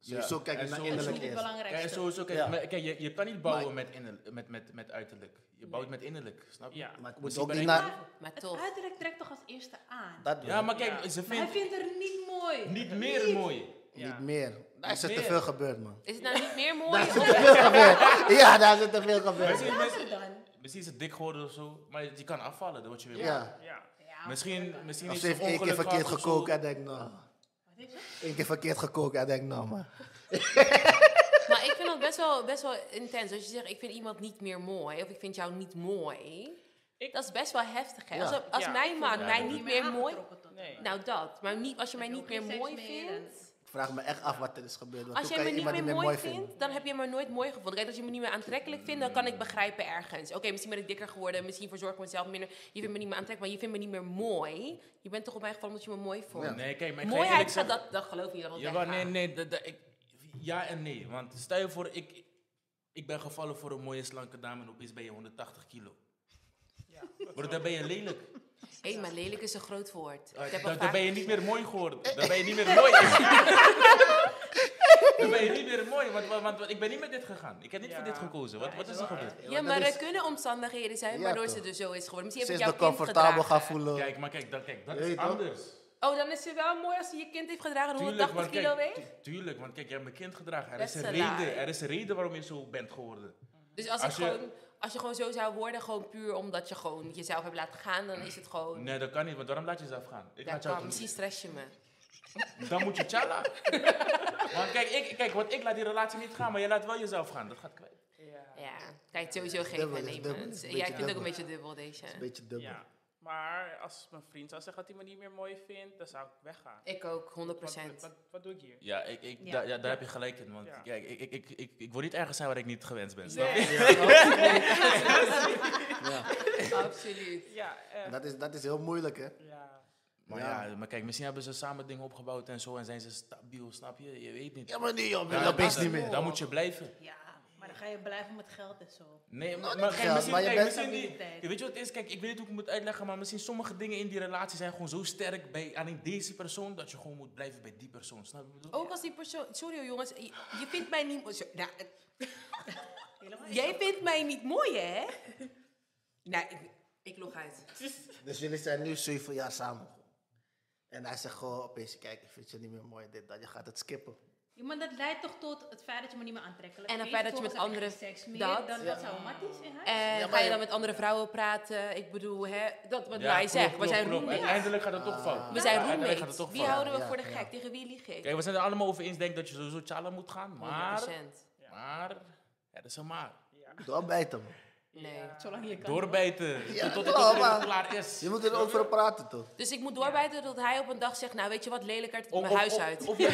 C: sowieso kijk je
D: En
C: naar
D: sowieso-
B: Dat is niet het
C: innerlijk eerst.
D: Kijk, en
B: belangrijkste.
D: sowieso, kijk,
C: Ja.
D: maar, kijk je, je kan niet bouwen met, innerl- met, met, met uiterlijk. Je bouwt met innerlijk, snap je?
E: Ja.
C: Maar ik
D: Dus
C: moet
D: ik
C: ook
D: ben
C: niet
D: echt-
C: naar...
F: Maar
B: Het
F: toch.
B: uiterlijk trekt toch als eerste aan?
C: Dat
D: Ja,
C: ja,
D: maar kijk,
E: Ja.
D: ze
B: Maar hij
D: vindt
B: vindt er niet mooi.
D: niet meer mooi.
E: Ja.
C: Niet meer. Daar is er te
D: Meer.
C: veel gebeurd, man.
F: Is het nou niet meer mooi?
C: Daar is er te veel gebeurd. Ja, daar is er te veel gebeurd.
D: Misschien, misschien,
B: Dan.
D: misschien is het dik geworden of zo, maar je kan afvallen, dan word je weer
C: Ja.
E: Ja.
B: Ja,
D: Misschien, misschien
C: Of
D: is
C: ze
D: het
C: heeft één keer
D: ongeluk
C: verkeerd
D: gehad of zo.
C: gekookt en denkt, nou. Eén keer verkeerd gekookt en denkt, nou, man.
F: Maar ik vind dat best wel, best wel intens. Als je zegt, ik vind iemand niet meer mooi, of ik vind jou niet mooi.
E: Ik-
F: dat is best wel heftig, hè?
C: Ja.
F: Als, als
E: Ja,
F: mijn man
D: ja,
F: mij
D: dat
F: niet meer mooi...
E: Nee.
F: Nou, dat. Maar niet, als je mij
B: Heb je
F: niet
B: ook
F: meer
B: geen seks
F: mooi
B: meer en-
F: vindt...
C: Ik vraag me echt af wat er is gebeurd. want
F: Als
C: hoe
F: jij me
C: kan je
F: niet
C: iemand
F: meer mooi vindt, dan heb je me nooit mooi gevonden. Kijk, als je me niet meer aantrekkelijk vindt, dan kan ik begrijpen ergens. Oké, misschien ben ik dikker geworden, misschien verzorg ik mezelf minder. Je vindt me niet meer aantrekkelijk, maar je vindt me niet meer mooi. Je bent toch op mij gevallen omdat je me mooi vond.
C: Ja.
D: Nee, kijk, maar ik ga je
F: Mooiheid
D: eerlijk
F: gaat
D: zeggen-
F: dat, dat geloof je wel.
D: Jawel, nee, nee. dat- dat- ik, ja en nee. Want stel je voor, ik, ik ben gevallen voor een mooie slanke dame en opeens ben je 180 kilo. Maar dan ben je lelijk.
F: Hé, maar lelijk is een groot woord. Ik heb al
D: Oh, Dan, dan
F: vaak-
D: ben je niet meer mooi geworden. Dan ben je niet meer mooi. dan ben je niet meer mooi, want, want, want ik ben niet met dit gegaan. Ik heb niet
E: Ja.
D: voor dit gekozen. Wat, wat is er gebeurd?
F: Ja, maar er kunnen omstandigheden zijn
C: Ja,
F: waardoor
C: toch.
F: ze er zo is geworden. Misschien
C: Ze is
F: heb je jouw
C: me
F: kind
C: comfortabel gaan
F: gedragen.
C: voelen.
D: Kijk, maar kijk, dat, kijk, dat
C: Weet
D: is
C: je toch?
D: anders.
F: Oh, dan is het wel mooi als je je kind heeft gedragen en
D: Tuurlijk,
F: 180
D: maar
F: kilo
D: kijk,
F: weegt.
D: tu- tuurlijk, want kijk, jij hebt mijn kind gedragen. Er is,
F: Beste
D: een reden,
F: laai.
D: er is een reden waarom je zo bent geworden.
F: Dus als,
D: Als
F: het
D: je-
F: Gewoon, als je gewoon zo zou worden, gewoon puur omdat je gewoon jezelf hebt laten gaan, dan is het gewoon...
D: Nee, dat kan niet, want waarom laat je jezelf gaan? Ik
F: Oh. Ja,
D: laat jou
F: kan.
D: toch niet-
F: Misschien stress je me.
D: Dan moet je tjalla. Want kijk, ik, kijk, want ik laat die relatie niet gaan, maar je laat wel jezelf gaan. Dat gaat kwijt.
E: Ja.
F: Ja, kijk, sowieso
C: dubbel,
F: geven
C: dat
F: en
C: is
F: nemen.
C: dubbel,
F: Het is-
C: dat is een
F: Ja, ik vind
C: beetje
F: het ook een
C: dubbel.
F: beetje dubbel deze.
C: Een beetje dubbel.
E: Ja. Maar als mijn vriend zou zeggen dat hij me niet meer mooi vindt, dan zou ik weggaan.
F: Ik ook, 100
E: Wat, wat, wat, wat doe ik hier?
D: Ja, ik, ik,
B: Ja.
D: da- ja, daar heb je gelijk in. Want
E: Ja.
D: kijk, ik, ik, ik, ik, ik wil niet ergens zijn waar ik niet gewenst ben. snap je?
E: Nee.
C: Ja.
F: Absoluut.
E: Ja, eh,
C: Dat, is, dat is heel moeilijk, hè?
E: ja.
D: Maar
C: Ja.
D: ja. maar kijk, misschien hebben ze samen dingen opgebouwd en zo en zijn ze stabiel, snap je? Je weet niet.
C: Ja, maar niet, joh.
D: Daar-
C: Dat ben
D: daar-
C: niet meer.
D: Daar moet je blijven.
B: Ja, maar dan ga je blijven met geld en zo.
D: Nee, maar,
C: Nou,
D: maar,
C: dat
D: kijk,
C: geldt,
D: misschien,
C: maar je
D: kijk,
C: bent-
D: misschien die,
B: Stabiliteit.
D: je weet je wat het is? Kijk, ik weet niet hoe ik het moet uitleggen, maar misschien sommige dingen in die relatie zijn gewoon zo sterk bij alleen deze persoon dat je gewoon moet blijven bij die persoon. Snap je wat ik bedoel?
F: Ook als die persoon... Sorry hoor, jongens, je, je vindt mij niet... zo- nou, het-
B: Helemaal
F: jij vindt mij niet mooi, hè? Nee, ik, ik log uit.
C: Dus jullie zijn nu zeven jaar samen. En hij zegt gewoon opeens, kijk, ik vind je niet meer mooi, dit, dat. Je gaat het skippen.
B: Ja, maar dat leidt toch tot het feit dat je me niet meer aantrekkelijk
F: En het
B: vindt.
F: feit dat je met
B: Vervolgens
F: andere-
B: heb je geen seks meer.
F: dat.
B: Dan dat traumatisch in huis.
F: En
C: maar
F: ga je
C: je-
F: dan met andere vrouwen praten? Ik bedoel, hè, dat wat
D: Ja,
F: wij
D: klopt,
F: zeggen. We
D: klopt,
F: zijn
D: klopt.
F: roommates.
D: Uiteindelijk gaat het toch
C: Ah.
D: fout.
F: We zijn
D: Ja, uiteindelijk gaat het
F: roommates.
D: toch
F: Wie
D: fout.
F: houden we
C: Ja,
F: voor de
C: ja.
F: gek? Tegen wie lieg ik?
D: Kijk, we zijn er allemaal over eens, denk dat je sowieso tjala moet gaan. Maar,
F: 100%.
D: maar, er is een maar.
C: Doorbijten, man.
F: Nee.
B: Zolang je kan.
D: Doorbijten,
C: Ja,
D: tot, tot, tot
C: klopt,
D: het
C: maar-
D: klaar is.
C: Je moet er ook voor praten, toch?
F: Dus ik moet doorbijten tot hij op een dag zegt, nou weet je wat, lelijkert
D: Of-
F: mijn
D: of-
F: huis
D: of-
F: uit.
D: Of, jij-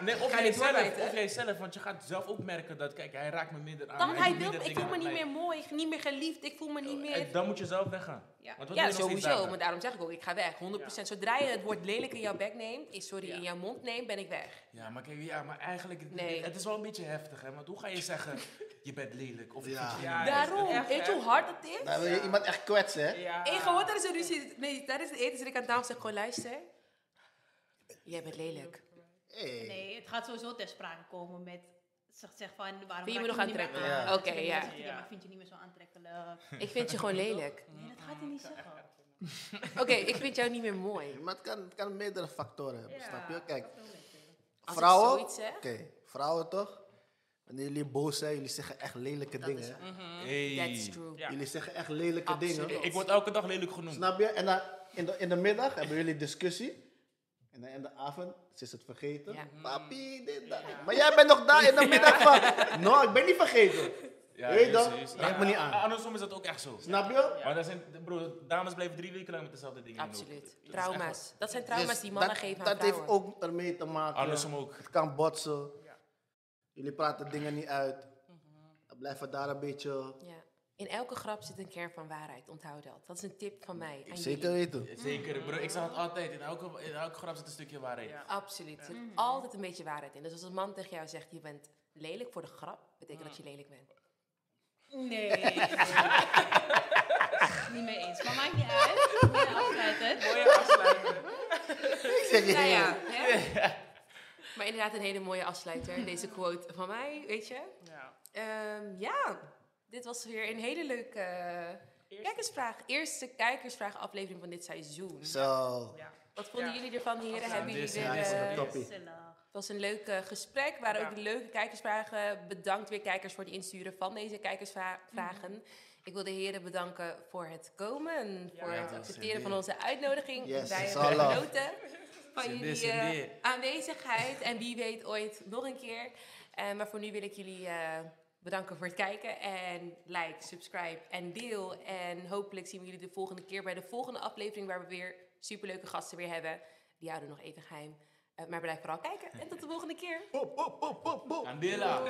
D: nee, of
F: Ga
D: jij
F: niet
D: zelf,
F: doorbijten.
D: of jij zelf, want je gaat zelf ook merken dat, kijk, hij raakt me minder aan.
F: Dan
D: doet
F: hij
D: minder
F: wil, ik
D: dingen
F: voel me
D: met
F: niet
D: mij.
F: meer mooi, niet meer geliefd, ik voel me niet meer...
D: En Dan moet je zelf weggaan.
B: Ja.
D: Want wat wil je
F: Ja,
D: nog steeds
F: sowieso,
D: daar
F: maar
D: doen?
F: daarom zeg ik ook, ik ga weg, 100%. Zodra je het woord lelijk in jouw bek neemt, eh, sorry, in jouw mond neemt, ben ik weg.
D: Ja, maar kijk, ja, maar eigenlijk, het-
F: Nee.
D: het is wel een beetje heftig, hè. Want hoe ga je zeggen, je bent lelijk of
C: Ja.
D: ja. je
E: Ja,
F: Daarom,
E: echt,
F: weet je hoe
E: echt.
F: hard dat is?
C: Dan Nou, wil je iemand echt kwetsen, hè?
E: Ja.
F: Ik gewoon tijdens de ruzie, nee, tijdens het eten zit ik aan tafel en zeg gewoon, luister, jij bent lelijk.
C: Hey.
B: Nee, het gaat sowieso ter sprake komen met... Zeg, zeg van, waarom
F: Vind je
B: raak
F: me nog
B: niet meer
F: aantrekkelijk?
B: aan?
C: Ja.
F: Oké,
B: En dan
F: ja.
B: zegt hij,
E: Ja.
B: maar ik vind je niet meer zo aantrekkelijk.
F: Ik vind je gewoon lelijk.
B: Nee, dat gaat hij niet zeggen.
F: Oké, ik vind jou niet meer mooi.
C: Maar het kan, het kan meerdere factoren hebben, snap je? Kijk,
F: Als ik
C: vrouwen,
F: zoiets
C: oké,
F: zeg-
C: vrouwen toch? Wanneer jullie boos zijn, jullie zeggen echt lelijke dingen.
F: is
C: hè?
D: Hey.
F: That's true.
E: Ja.
C: Jullie zeggen echt lelijke
F: Absoluut.
C: dingen.
D: Ik word elke dag lelijk genoemd.
C: Snap je? En dan in de, in de middag hebben jullie discussie. En dan in de avond ze is het vergeten.
F: Ja.
C: Papi, dit, dat. Maar jij bent nog daar in de middag van. Nou, ik ben niet vergeten.
D: Ja,
C: Weet je
D: juist,
C: toch?
D: juist.
C: Raak
D: Ja,
C: me niet aan.
D: Andersom is dat ook echt zo.
C: Snap je?
D: Maar dat zijn, bro, dames blijven drie weken lang met dezelfde dingen lopen. Dat
F: Absoluut.
D: is echt
F: Trauma's. Dat zijn trauma's
C: Dus
F: die mannen
C: dat,
F: geven aan
C: Dat
F: vrouwen.
C: heeft ook ermee te
D: waar.
C: maken.
D: Andersom ook.
C: Het kan botsen. Jullie praten dingen niet uit. Dan blijven daar een beetje...
F: Ja. In elke grap zit een kern van waarheid, onthoud dat. Dat is een tip van mij. aan
C: Zeker
F: jullie.
C: weten.
D: Zeker, bro. Ik zag
F: Mm.
D: het altijd. In elke, in elke grap zit een stukje waarheid.
E: Ja.
F: Absoluut. Er zit altijd een beetje waarheid in. Dus als een man tegen jou zegt, je bent lelijk voor de grap, betekent dat je lelijk bent.
B: Nee. niet mee eens. Maar maakt niet uit. Moet je afsluiten.
E: Mooie afsluiter.
C: Ik zeg je
F: Nou ja,
C: eerlijk.
F: hè? Maar inderdaad een hele mooie afsluiter. Deze quote van mij, weet je.
E: Ja.
F: Ehm, ja, dit was weer een hele leuke eh,
E: Eerste-
F: kijkersvraag. Eerste kijkersvraag aflevering van dit seizoen.
C: Zo.
E: Ja.
F: Wat vonden
E: Ja.
F: jullie ervan, heren?
E: Absoluut.
F: Hebben
D: Dit
F: jullie
D: is-
F: er,
C: ja, dit is een
F: eh,
C: top. Toppie.
B: Gezellig.
F: het was een leuk eh, gesprek. Waren ook
E: Ja.
F: leuke kijkersvragen. Bedankt weer kijkers voor het insturen van deze kijkersvragen. Ik wil de heren bedanken voor het komen. en
E: Mhm. Ja,
F: voor
E: dat
F: het
D: was
F: accepteren van
D: zeker.
F: onze uitnodiging.
C: Yes,
F: Wij
C: it's
F: hebben
C: all love.
F: genoten van
D: Zeker,
F: jullie eh,
D: zeker.
F: aanwezigheid. En wie weet ooit nog een keer. Eh, maar voor nu wil ik jullie eh, bedanken voor het kijken. En like, subscribe en deel. En hopelijk zien we jullie de volgende keer bij de volgende aflevering... waar we weer superleuke gasten weer hebben. Die houden we nog even geheim. Eh, maar blijf vooral kijken. En tot de volgende keer.
D: Candela.